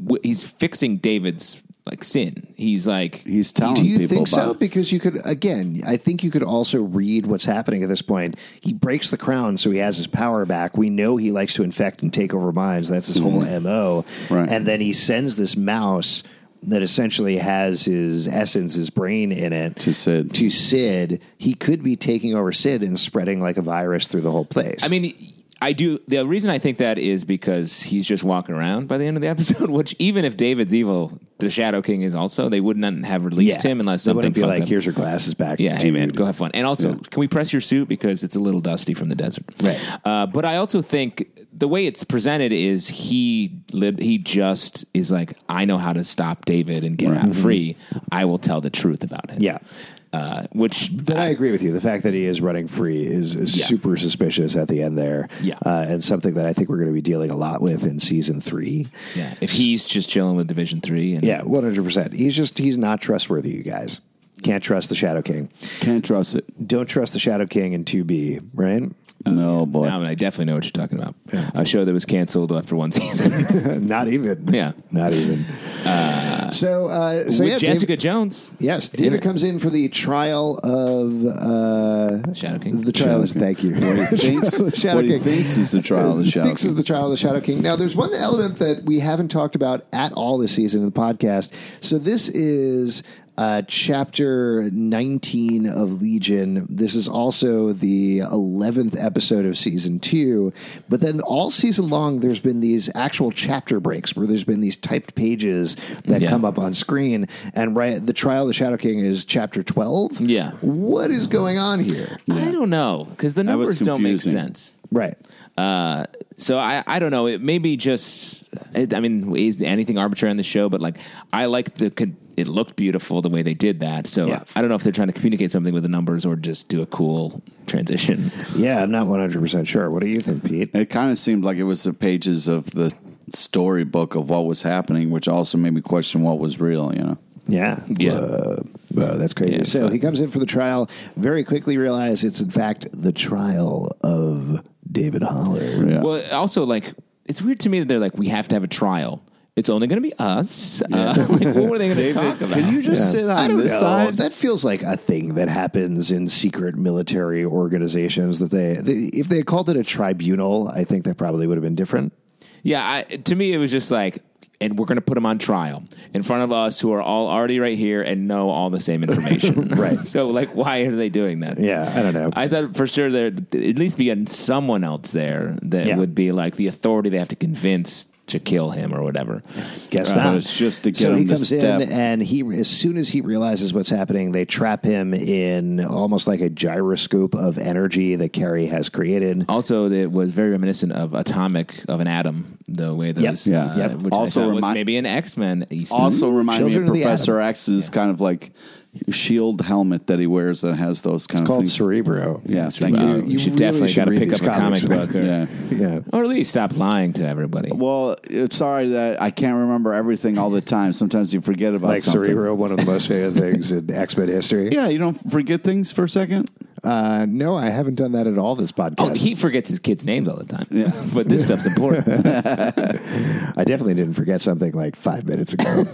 w- He's fixing David's like sin. He's like He's telling Do you people think so? about Because you could again, I think you could also read what's happening at this point. He breaks the crown, so he has his power back. We know he likes to infect and take over minds. That's his whole mo. Mm-hmm. Right. And then he sends this mouse that essentially has his essence, his brain in it To Sid. To Sid, he could be taking over Sid and spreading like a virus through the whole place. I mean, I do. The reason I think that is because he's just walking around by the end of the [laughs] episode. Which even if David's evil, the Shadow King is also. They would not have released him unless They something wouldn't be fucked like, up. "Here's your glasses back." yeah, hey man, dude." go have fun. And also, can we press your suit because it's a little dusty from the desert? Right. Uh, but I also think the way it's presented is he lit he just is like, I know how to stop David and get him out free. I will tell the truth about him. Mm-hmm. Yeah. Uh, which But I agree with you. The fact that he is running free is, is Yeah. super suspicious at the end there. Yeah. Uh, and something that I think we're going to be dealing a lot with in season three. yeah, if he's just chilling with Division Three, and Yeah, 100%. He's just, he's not trustworthy, you guys. Can't trust the Shadow King. Can't trust it. Don't trust the Shadow King in 2B, right? [laughs] Oh, No, boy. [laughs] I, mean, I definitely know what you're talking about. A show that was canceled after one [laughs] season not even. Yeah. Not [laughs] even. so, uh, so with yeah, Jessica David- Jones. yes, David it. comes in for the trial of uh, Shadow King. The trial. of Thank you. Thinks- [laughs] Shadow what he King. thinks is the [laughs] trial of the shadow. Fixes the trial of the Shadow King. Now, there's one element that we haven't talked about at all this season in the podcast. So this is uh, chapter 19 of Legion. This is also the 11th episode of season two. But then all season long, there's been these actual chapter breaks where there's been these typed pages that Yeah. come up on screen. And right, the trial of the Shadow King is chapter 12. Yeah. What is going on here? I don't know because the That was numbers don't make confusing. sense. Right. Uh, so I, I don't know. It may be just. It, I mean, is anything arbitrary on the show? But like, I like the. con- It looked beautiful the way they did that. So Yeah. I don't know if they're trying to communicate something with the numbers or just do a cool transition. Yeah, I'm not 100% sure. What do you think, Pete? It kind of seemed like it was the pages of the storybook of what was happening, which also made me question what was real, you know. Yeah. Yeah. Whoa, Whoa, that's crazy. Yeah, so fuck. he comes in for the trial, very quickly realize it's in fact the trial of David Holler. Yeah. Well, also like it's weird to me that they're like we have to have a trial. It's only going to be us. Uh, [laughs] like, what were they going to talk about? Can you just Yeah. sit on I don't this know. side? That feels like a thing that happens in secret military organizations. That they, they if they had called it a tribunal, I think that probably would have been different. Yeah, I, to me, it was just like, and we're going to put them on trial in front of us who are all already right here and know all the same [laughs] information. Right. so, like, why are they doing that? Yeah, I don't know. I thought for sure there'd at least be an- someone else there that Yeah. would be like the authority they have to convince to kill him or whatever. Guess But not. it's just to get so he him to comes step. in, and he as soon as he realizes what's happening, they trap him in almost like a gyroscope of energy that Carrie has created. Also, it was very reminiscent of Atomic, of an atom, the way those. Yeah. Uh, Yep. Which also Also was remind- maybe an X Men Easter. also remind me Mm-hmm. Children of of the Professor X's kind of like shield helmet that he wears that has those It's kind of called things. Cerebro. yeah, thank Wow. you. You, should definitely got to pick up a comic book. Or, Yeah. [laughs] yeah. or at least stop lying to everybody. Well, it's sorry that I can't remember everything all the time. Sometimes you forget about Like [laughs] something. Cerebro, one of the most famous things in X Men history. Yeah, you don't forget things for a second. Uh, no, I haven't done that at all this Oh, podcast. he forgets his kids' names all the time. [laughs] but this stuff's important. [laughs] I definitely didn't forget something like five minutes [laughs] ago.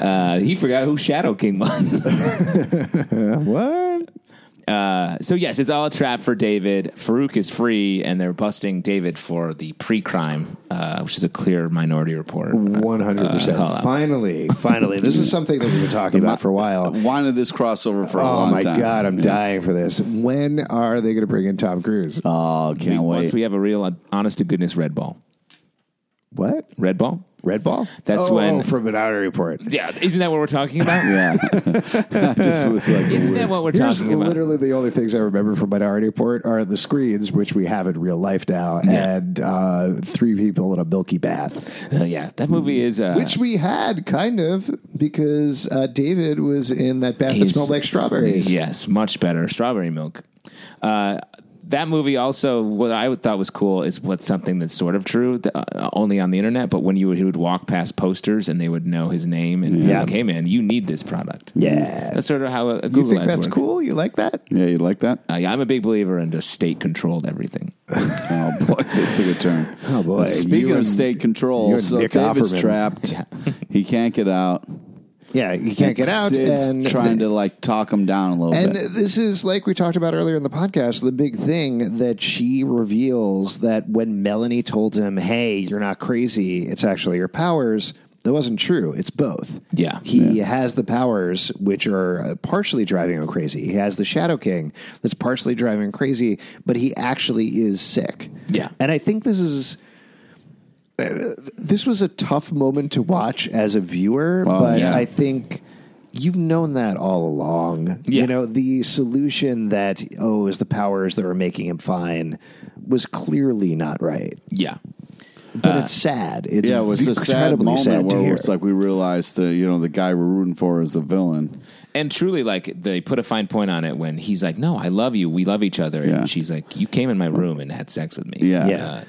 Uh, he forgot who Shadow King was. [laughs] what? Uh, so yes, it's all a trap for David. Farouk is free, and they're busting David for the pre-crime, uh, which is a clear Minority Report. One hundred percent. call out. Finally, finally, this is something that we've [laughs] been talking about for a while. Wanted this crossover for a Oh long my time. god, I'm dying for this. When are they going to bring in Tom Cruise? Oh, can't Once wait. we have a real, honest to goodness red ball, what? red ball. Red Ball? That's oh, when- oh, from Minority Report. Yeah, isn't that what we're talking about? yeah. [laughs] Just was like, Isn't that what we're Here's talking about? literally the only things I remember from Minority Report are the screens, which we have in real life now, Yeah. and uh, three people in a milky bath, Uh, [laughs] yeah, that movie is. Uh, which we had kind of because uh, David was in that bath that He's- smelled like strawberries. Yes, much better. Strawberry milk. Uh, that movie also, what I would- thought was cool is what's something that's sort of true, th- uh, only on the internet. But when you would, he would walk past posters and they would know his name and be Yeah. like, "Hey, man, you need this product." Yeah. That's sort of how a, a You Google think Ads that's work. cool? You like that? yeah, you like that? Uh, yeah, I'm a big believer in just state controlled everything. Oh boy, [laughs] this took a turn. Oh, boy. Speaking You of and- state you control, and so Nick David's Offerman. trapped. [laughs] He can't get out. Yeah, you can't get out. Sid's and trying to like talk him down a little And bit. this is like we talked about earlier in the podcast, the big thing that she reveals that when Melanie told him, "Hey, you're not crazy. It's actually your powers." That wasn't true. It's both. Yeah. He has the powers which are uh, partially driving him crazy. He has the Shadow King that's partially driving him crazy, but he actually is sick. Yeah. And I think this is uh, this was a tough moment to watch as a viewer, but yeah. I think you've known that all along. Yeah. You know, the solution that oh, it was the powers that were making him fine was clearly not right. Yeah. But it's sad. It's Uh, yeah, it was a sad incredibly moment sad to where hear. it's like we realized that you know the guy we're rooting for is the villain. And truly, like, they put a fine point on it when he's like, No, I love you. We love each other. Yeah. And she's like, You came in my room and had sex with me. Yeah. Yeah. Uh,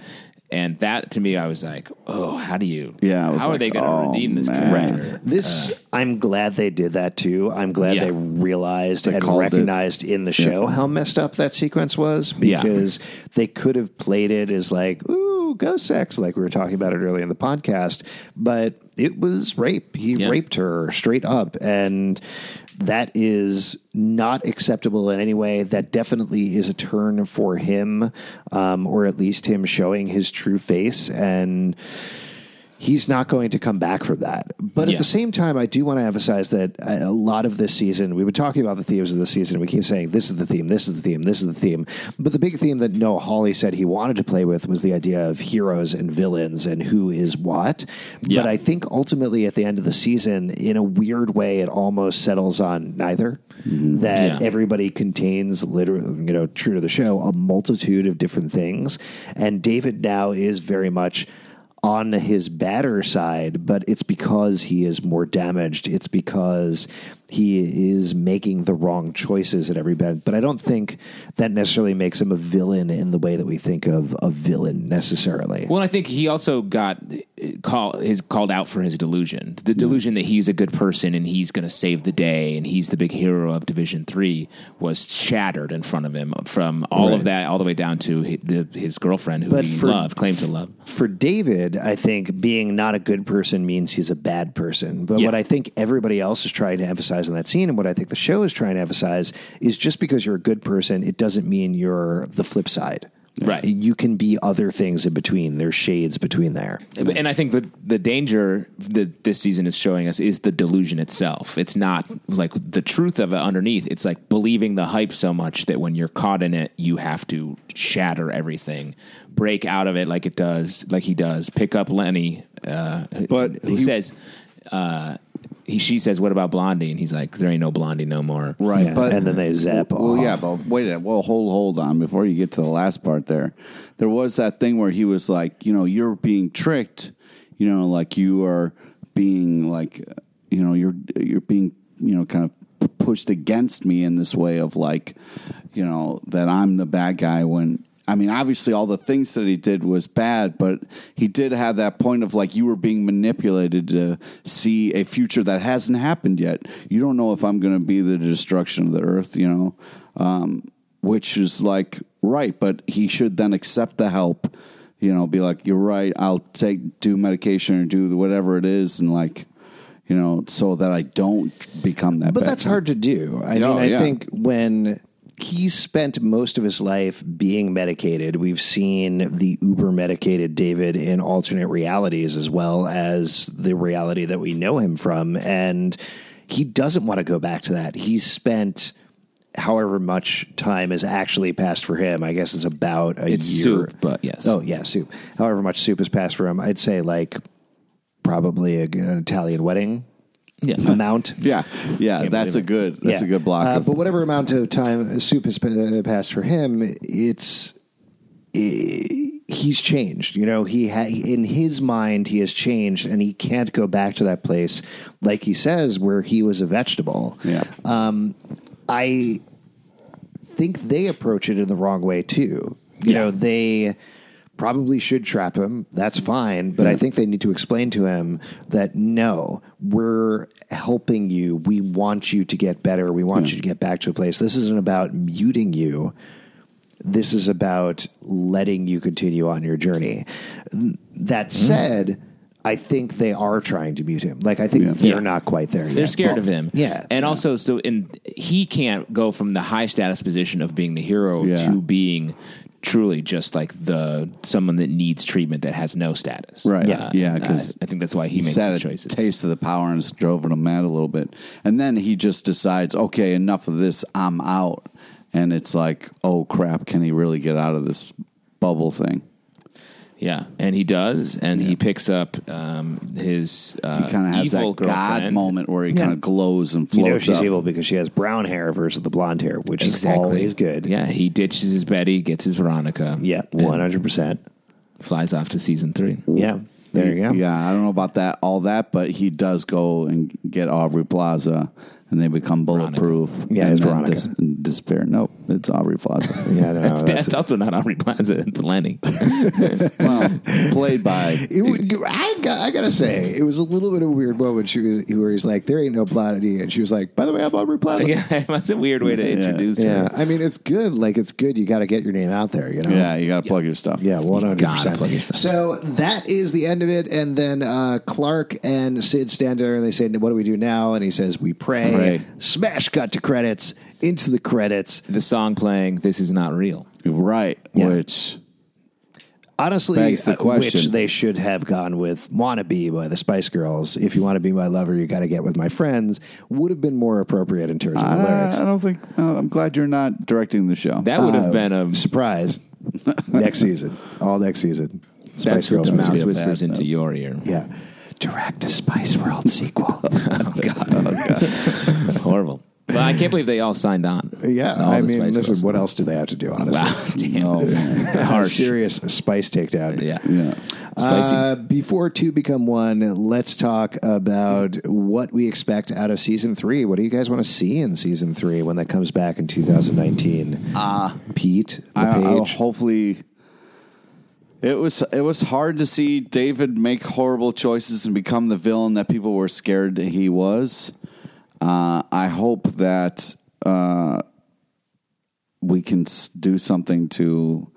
and that to me, I was like, Oh, how do you, Yeah, I was how are like, they going to "Oh, redeem this man." character? This, I'm glad they did that too. I'm glad Yeah. they realized and called it. recognized in the show how messed up that sequence was Yeah. because they could have played it as like, ooh, ghost sex, like we were talking about it earlier in the podcast, but it was rape. He Yeah. raped her straight up. And that is not acceptable in any way. That definitely is a turn for him, um, or at least him showing his true face. And he's not going to come back from that. But Yeah. at the same time, I do want to emphasize that a a lot of this season, we've been talking about the themes of the season. We keep saying this is the theme, this is the theme, this is the theme. But the big theme that Noah Hawley said he wanted to play with was the idea of heroes and villains and who is what. Yeah. But I think ultimately at the end of the season, in a weird way, it almost settles on neither. Mm-hmm. That Yeah. everybody contains literally, you know, true to the show, a multitude of different things. And David now is very much on his batter side, but it's because he is more damaged. It's because he is making the wrong choices at every bend. But I don't think that necessarily makes him a villain in the way that we think of a villain necessarily. Well, I think he also got uh, call his called out for his delusion, the delusion that he's a good person and he's going to save the day and he's the big hero of Division Three was shattered in front of him from all of Right. that all the way down to his, the, his girlfriend who But he for- loved, claimed to love. for David, I think being not a good person means he's a bad person. But Yeah. what I think everybody else is trying to emphasize in that scene, and what I think the show is trying to emphasize, is just because you're a good person, it doesn't mean you're the flip side. Right. You can be other things in between. There's shades between there. And I think the the danger that this season is showing us is the delusion itself. It's not like the truth of it underneath. It's like believing the hype so much that when you're caught in it, you have to shatter everything, break out of it like it does, like he does. Pick up Lenny, uh, But who he- says. Uh, he, she says, "What about Blondie?" And he's like, "There ain't no Blondie no more." Right, Yeah, and then they zap Well, off. yeah, but wait. a Well, hold hold on before you get to the last part. There, there was that thing where he was like, you know, you're being tricked. You know, like you are being like, you know, you're you're being you know kind of pushed against me in this way of like, you know, that I'm the bad guy when I mean, obviously, all the things that he did was bad, but he did have that point of like you were being manipulated to see a future that hasn't happened yet. You don't know if I'm going to be the destruction of the earth, you know, um, which is like right, but he should then accept the help, you know, be like, you're right, I'll take do medication or do whatever it is, and like, you know, so that I don't become that. But bad that's guy. hard to do. I Yeah, mean, I yeah. think when he spent most of his life being medicated, we've seen the uber medicated David in alternate realities as well as the reality that we know him from. And he doesn't want to go back to that. He spent however much time has actually passed for him. I guess it's about a It's year. soup, but yes. Oh, yeah, soup. However much soup has passed for him, I'd say like probably a, an Italian wedding Yeah. amount. Yeah, yeah, that's a good that's Yeah. a good block. Uh, of, but whatever amount of time soup has pa- uh, passed for him, it's i- he's changed. You know, he ha- in his mind he has changed, and he can't go back to that place, like he says, where he was a vegetable. yeah, I think they approach it in the wrong way too. You Yeah. know, they probably should trap him. That's fine, but I think they need to explain to him that no, we're helping you. We want you to get better. We want you to get back to a place. This isn't about muting you. This is about letting you continue on your journey. That Mm-hmm. said, I think they are trying to mute him. Like I think they're Yeah. not quite there yet. They're scared of him. Yeah. And also, so and he can't go from the high status position of being the hero Yeah. to being truly just like the someone that needs treatment that has no status. Right. Uh, Yeah, 'cause I, I think that's why he he makes had the a choices. taste of the power and it's drove him mad a little bit, and then he just decides, okay, enough of this, I'm out, and it's like, oh crap, can he really get out of this bubble thing? yeah. And he does, and he picks up um, his uh, He kind of has evil that god girlfriend. moment where he Yeah. kind of glows and You floats know she's up. evil because she has brown hair versus the blonde hair, which is always good. Yeah, he ditches his Betty, gets his Veronica. Yeah, and one Oh, hundred percent. flies off to season three. Yeah, there you go. Yeah, I don't know about that, all that, but he does go and get Aubrey Plaza, and they become bulletproof. Yeah, and it's then Veronica. dis- disappear. Nope, it's Aubrey Plaza. [laughs] Yeah, I don't know. [laughs] That's, That's- that's also not Aubrey Plaza. [laughs] It's Lenny. [laughs] well, played by it would, I, got, I gotta say, it was a little bit of a weird moment. She was, where he's like, "There ain't no blonde idea," and she was like, "By the way, I'm Aubrey Plaza." yeah, that's a weird way to introduce her. Yeah, I mean, it's good. Like, it's good. You got to get your name out there. You know. Yeah, you got to plug your stuff. Yeah, one hundred gotta percent. plug your stuff. So that is the end of it, and then uh, Clark and Sid stand there, and they say, "What do we do now?" And he says, "We pray." Pray. Smash cut to credits. Into the credits. the song playing "This Is Not Real." Right. Yeah. Which Honestly, Begs the uh, which question. they should have gone with "Wannabe" by the Spice Girls. If you want to be my lover, you got to get with my friends. Would have been more appropriate in terms of the I, lyrics. I don't think. Uh, I'm glad you're not directing the show. That would have been a [laughs] Surprise! next season, all next season. that's what the music. mouse a whispers bad into your ear. Yeah, direct a Spice World [laughs] sequel. Oh, Horrible. Well, I can't believe they all signed on. [laughs] yeah, All I the mean, Spice listen, Girls. what else do they have to do? Honestly, Wow, [laughs] damn. Oh, man. A serious Spice takedown. Yeah, yeah. spicy. Uh, before two become one, let's talk about what we expect out of season three. What do you guys want to see in season three when that comes back in 2019? Ah, Pete, the I, I, page. hopefully, it was it was hard to see David make horrible choices and become the villain that people were scared that he was. Uh, I hope that uh, we can s- do something to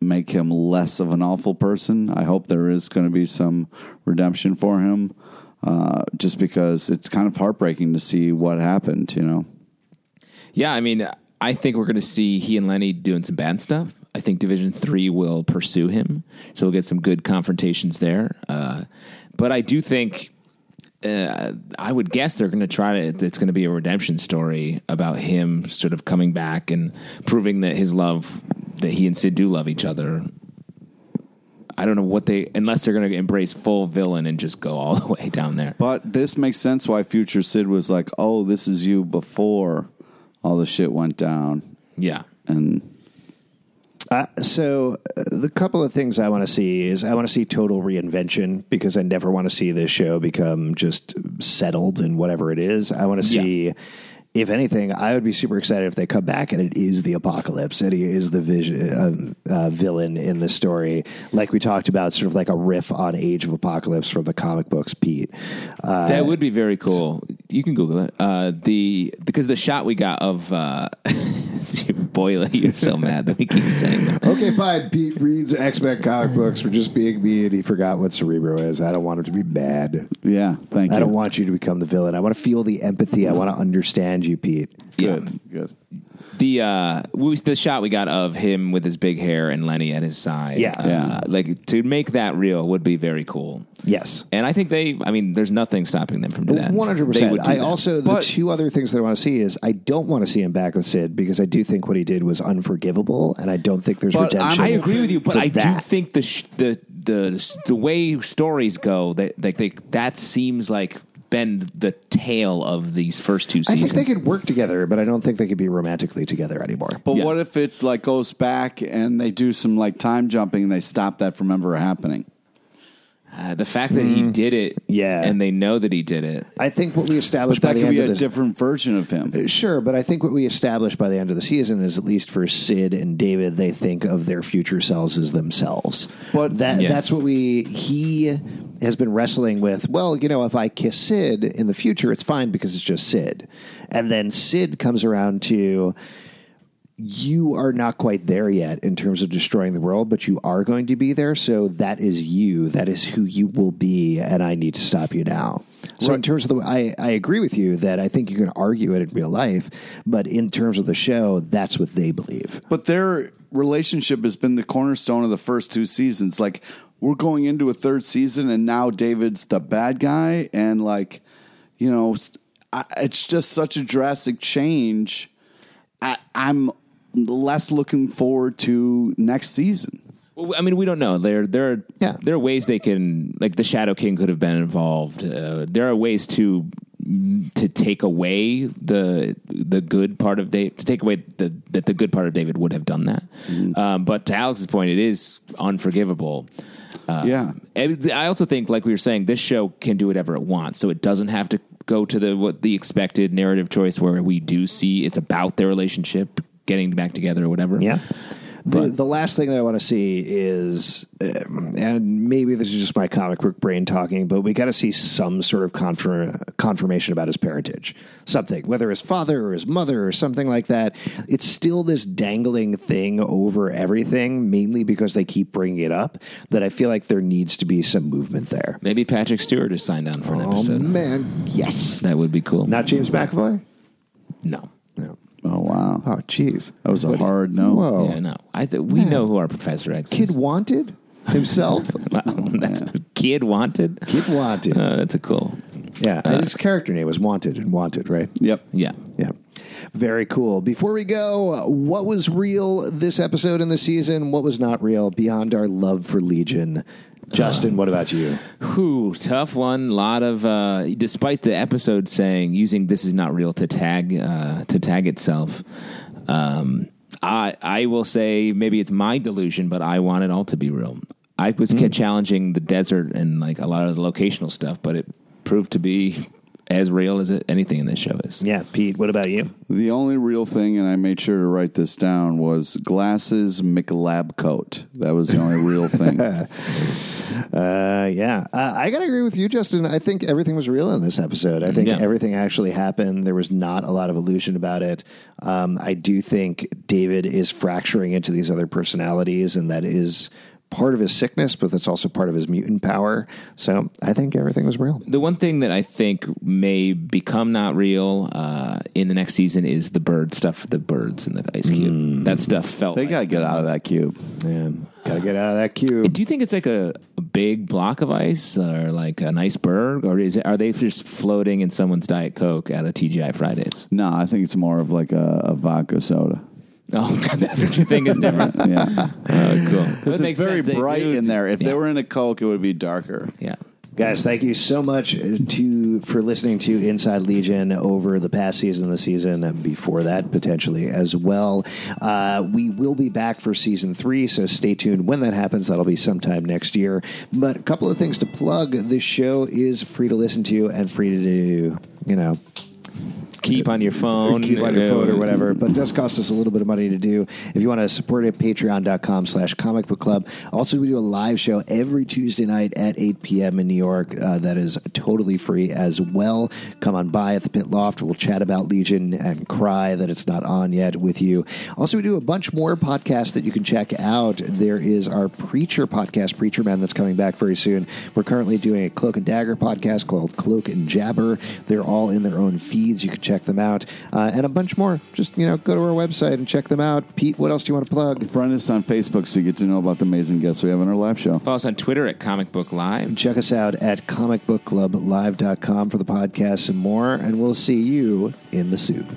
make him less of an awful person. I hope there is going to be some redemption for him, uh, just because it's kind of heartbreaking to see what happened. You know. Yeah, I mean, I think we're going to see he and Lenny doing some bad stuff. I think Division Three will pursue him, so we'll get some good confrontations there. Uh, but I do think. Uh, I would guess they're going to try to. It's going to be a redemption story about him sort of coming back and proving that his love, that he and Sid do love each other. I don't know what they, unless they're going to embrace full villain and just go all [laughs] the way down there. But this makes sense why Future Sid was like, "Oh, this is you before all the shit went down." Yeah. And Uh, so uh, the couple of things I want to see is I want to see total reinvention because I never want to see this show become just settled in whatever it is. I want to Yeah. see if anything, I would be super excited if they come back and it is the apocalypse and he is the vision, uh, uh, villain in the story, like we talked about, sort of like a riff on Age of Apocalypse from the comic books, Pete. Uh, That would be very cool. You can Google it. Uh, the because the shot we got of uh, [laughs] Boyle, you're so mad that we keep saying [laughs] that. okay, fine. Pete reads X Men comic books for just being me, and he forgot what Cerebro is. I don't want him to be mad. Yeah, thank you. I don't want you to become the villain. I want to feel the empathy. I want to understand you, Pete. Yeah. good. Good. The uh, we, the shot we got of him with his big hair and Lenny at his side. Yeah. uh, Yeah. Like to make that real would be very cool. Yes. And I think they. I mean, there's nothing stopping them from doing that. One hundred They would percent. do I that. also the But- two other things that I want to see is I don't want to see him back with Sid because I do think what he did was unforgivable, and I don't think there's But I'm- redemption. I agree with you, but for I do that. think the sh- the the the way stories go, that like they that seems like been the tail of these first two I think seasons. they could work together, but I don't think they could be romantically together anymore. But Yeah. what if it like goes back and they do some like time jumping and they stop that from ever happening? Uh, the fact that he did it, Mm. Yeah. and they know that he did it. I think what we established by That the could end be of a this, Uh, different version of him. Sure, but I think what we established by the end of the season is at least for Sid and David, they think of their future selves as themselves. But- that Yeah. that's what we he has been wrestling with. Well, you know, if I kiss Sid in the future, it's fine because it's just Sid. And then Sid comes around to you are not quite there yet in terms of destroying the world, but you are going to be there. So that is you. That is who you will be, and I need to stop you now. So in terms of the, I I agree with you that I think you can argue it in real life, but in terms of the show, that's what they believe. But their relationship has been the cornerstone of the first two seasons. Like we're going into a third season, and now David's the bad guy, and like you know, s- I- it's just such a drastic change. I, I'm less looking forward to next season. Well, I mean, we don't know. There, there, are, Yeah. there are ways they can, like the Shadow King could have been involved. Uh, there are ways to to take away the the good part of David, to take away the, that the good part of David would have done that. Mm. Um, but to Alex's point, it is unforgivable. Uh, yeah, And I also think, like we were saying, this show can do whatever it wants, so it doesn't have to go to the what the expected narrative choice where we do see it's about their relationship getting back together or whatever. The, the last thing that I want to see is, um, and maybe this is just my comic book brain talking, but we got to see some sort of confirm, confirmation about his parentage, something, whether his father or his mother or something like that. It's still this dangling thing over everything, mainly because they keep bringing it up. That I feel like there needs to be some movement there. Maybe Patrick Stewart is signed on for an Oh episode. man, yes, That would be cool. not James McAvoy. no. No. Oh wow, Oh, jeez, that was a hard no. Whoa. Yeah, no. I th- we know who our Professor X Oh. Kid Oh, is. wanted himself. Wow, [laughs] that's Kid Wanted. Kid wanted. Uh, that's a cool. Yeah, and his character name was Wanted and Wanted, right? Yep. Yeah. Yeah. Very cool. Before we go, what was real this episode in the season? What was not real beyond our love for Legion? Justin, what about you? Whew, tough one. Lot of uh, despite the episode saying using this is not real to tag uh, to tag itself. Um, I I will say maybe it's my delusion, but I want it all to be real. I was Hmm. kept challenging the desert and like a lot of the locational stuff, but it proved to be as real as it, anything in this show is. Yeah, Pete, what about you? The only real thing, and I made sure to write this down, was glasses McLab coat. That was the only [laughs] real thing. Uh, yeah, uh, I gotta agree with you, Justin. I think everything was real in this episode. I think Yeah. everything actually happened. There was not a lot of illusion about it. Um, I do think David is fracturing into these other personalities, and that is part of his sickness, but that's also part of his mutant power. So I think everything was real. The one thing that I think may become not real uh, in the next season is the bird stuff, the birds and the ice cube. That stuff felt. Hmm. They like- got to get out of that cube. Man, gotta get out of that cube. Do you think it's like a, a big block of ice or like an iceberg, or is it, are they just floating in someone's diet coke out of TGI Fridays? No, I think it's more of like a, a vodka soda. [laughs] Oh, [laughs] God, that's what you think is different. Yeah, [laughs] oh, cool. That it's makes very sense. They bright do- in there. If yeah. they were in a Coke, it would be darker. yeah. Guys, thank you so much uh, to for listening to Inside Legion over the past season, the season before that, potentially as well. Uh, we will be back for season three, so stay tuned when that happens. That'll be sometime next year. But a couple of things to plug: this show is free to listen to and free to do. You know, keep on your phone, keep on your phone or Uh, whatever. But it does cost us a little bit of money to do. If you want to support it, patreon.com slash comic book club. Also, we do a live show every Tuesday night at 8 p.m. in New York. Uh, that is totally free as well. Come on by at the Pit Loft. We'll chat about Legion and cry that it's not on yet with you. Also, we do a bunch more podcasts that you can check out. There is our Preacher podcast, Preacher Man, that's coming back very soon. We're currently doing a Cloak and Dagger podcast called Cloak and Jabber. They're all in their own feeds. You can check them out. Uh, and a bunch more. Just, you know, go to our website and check them out. Pete, what else do you want to plug? Friend us on Facebook so you get to know about the amazing guests we have on our live show. Follow us on Twitter at Comic Book Live. Check us out at comicbookclublive.com for the podcast and more. And we'll see you in the soup.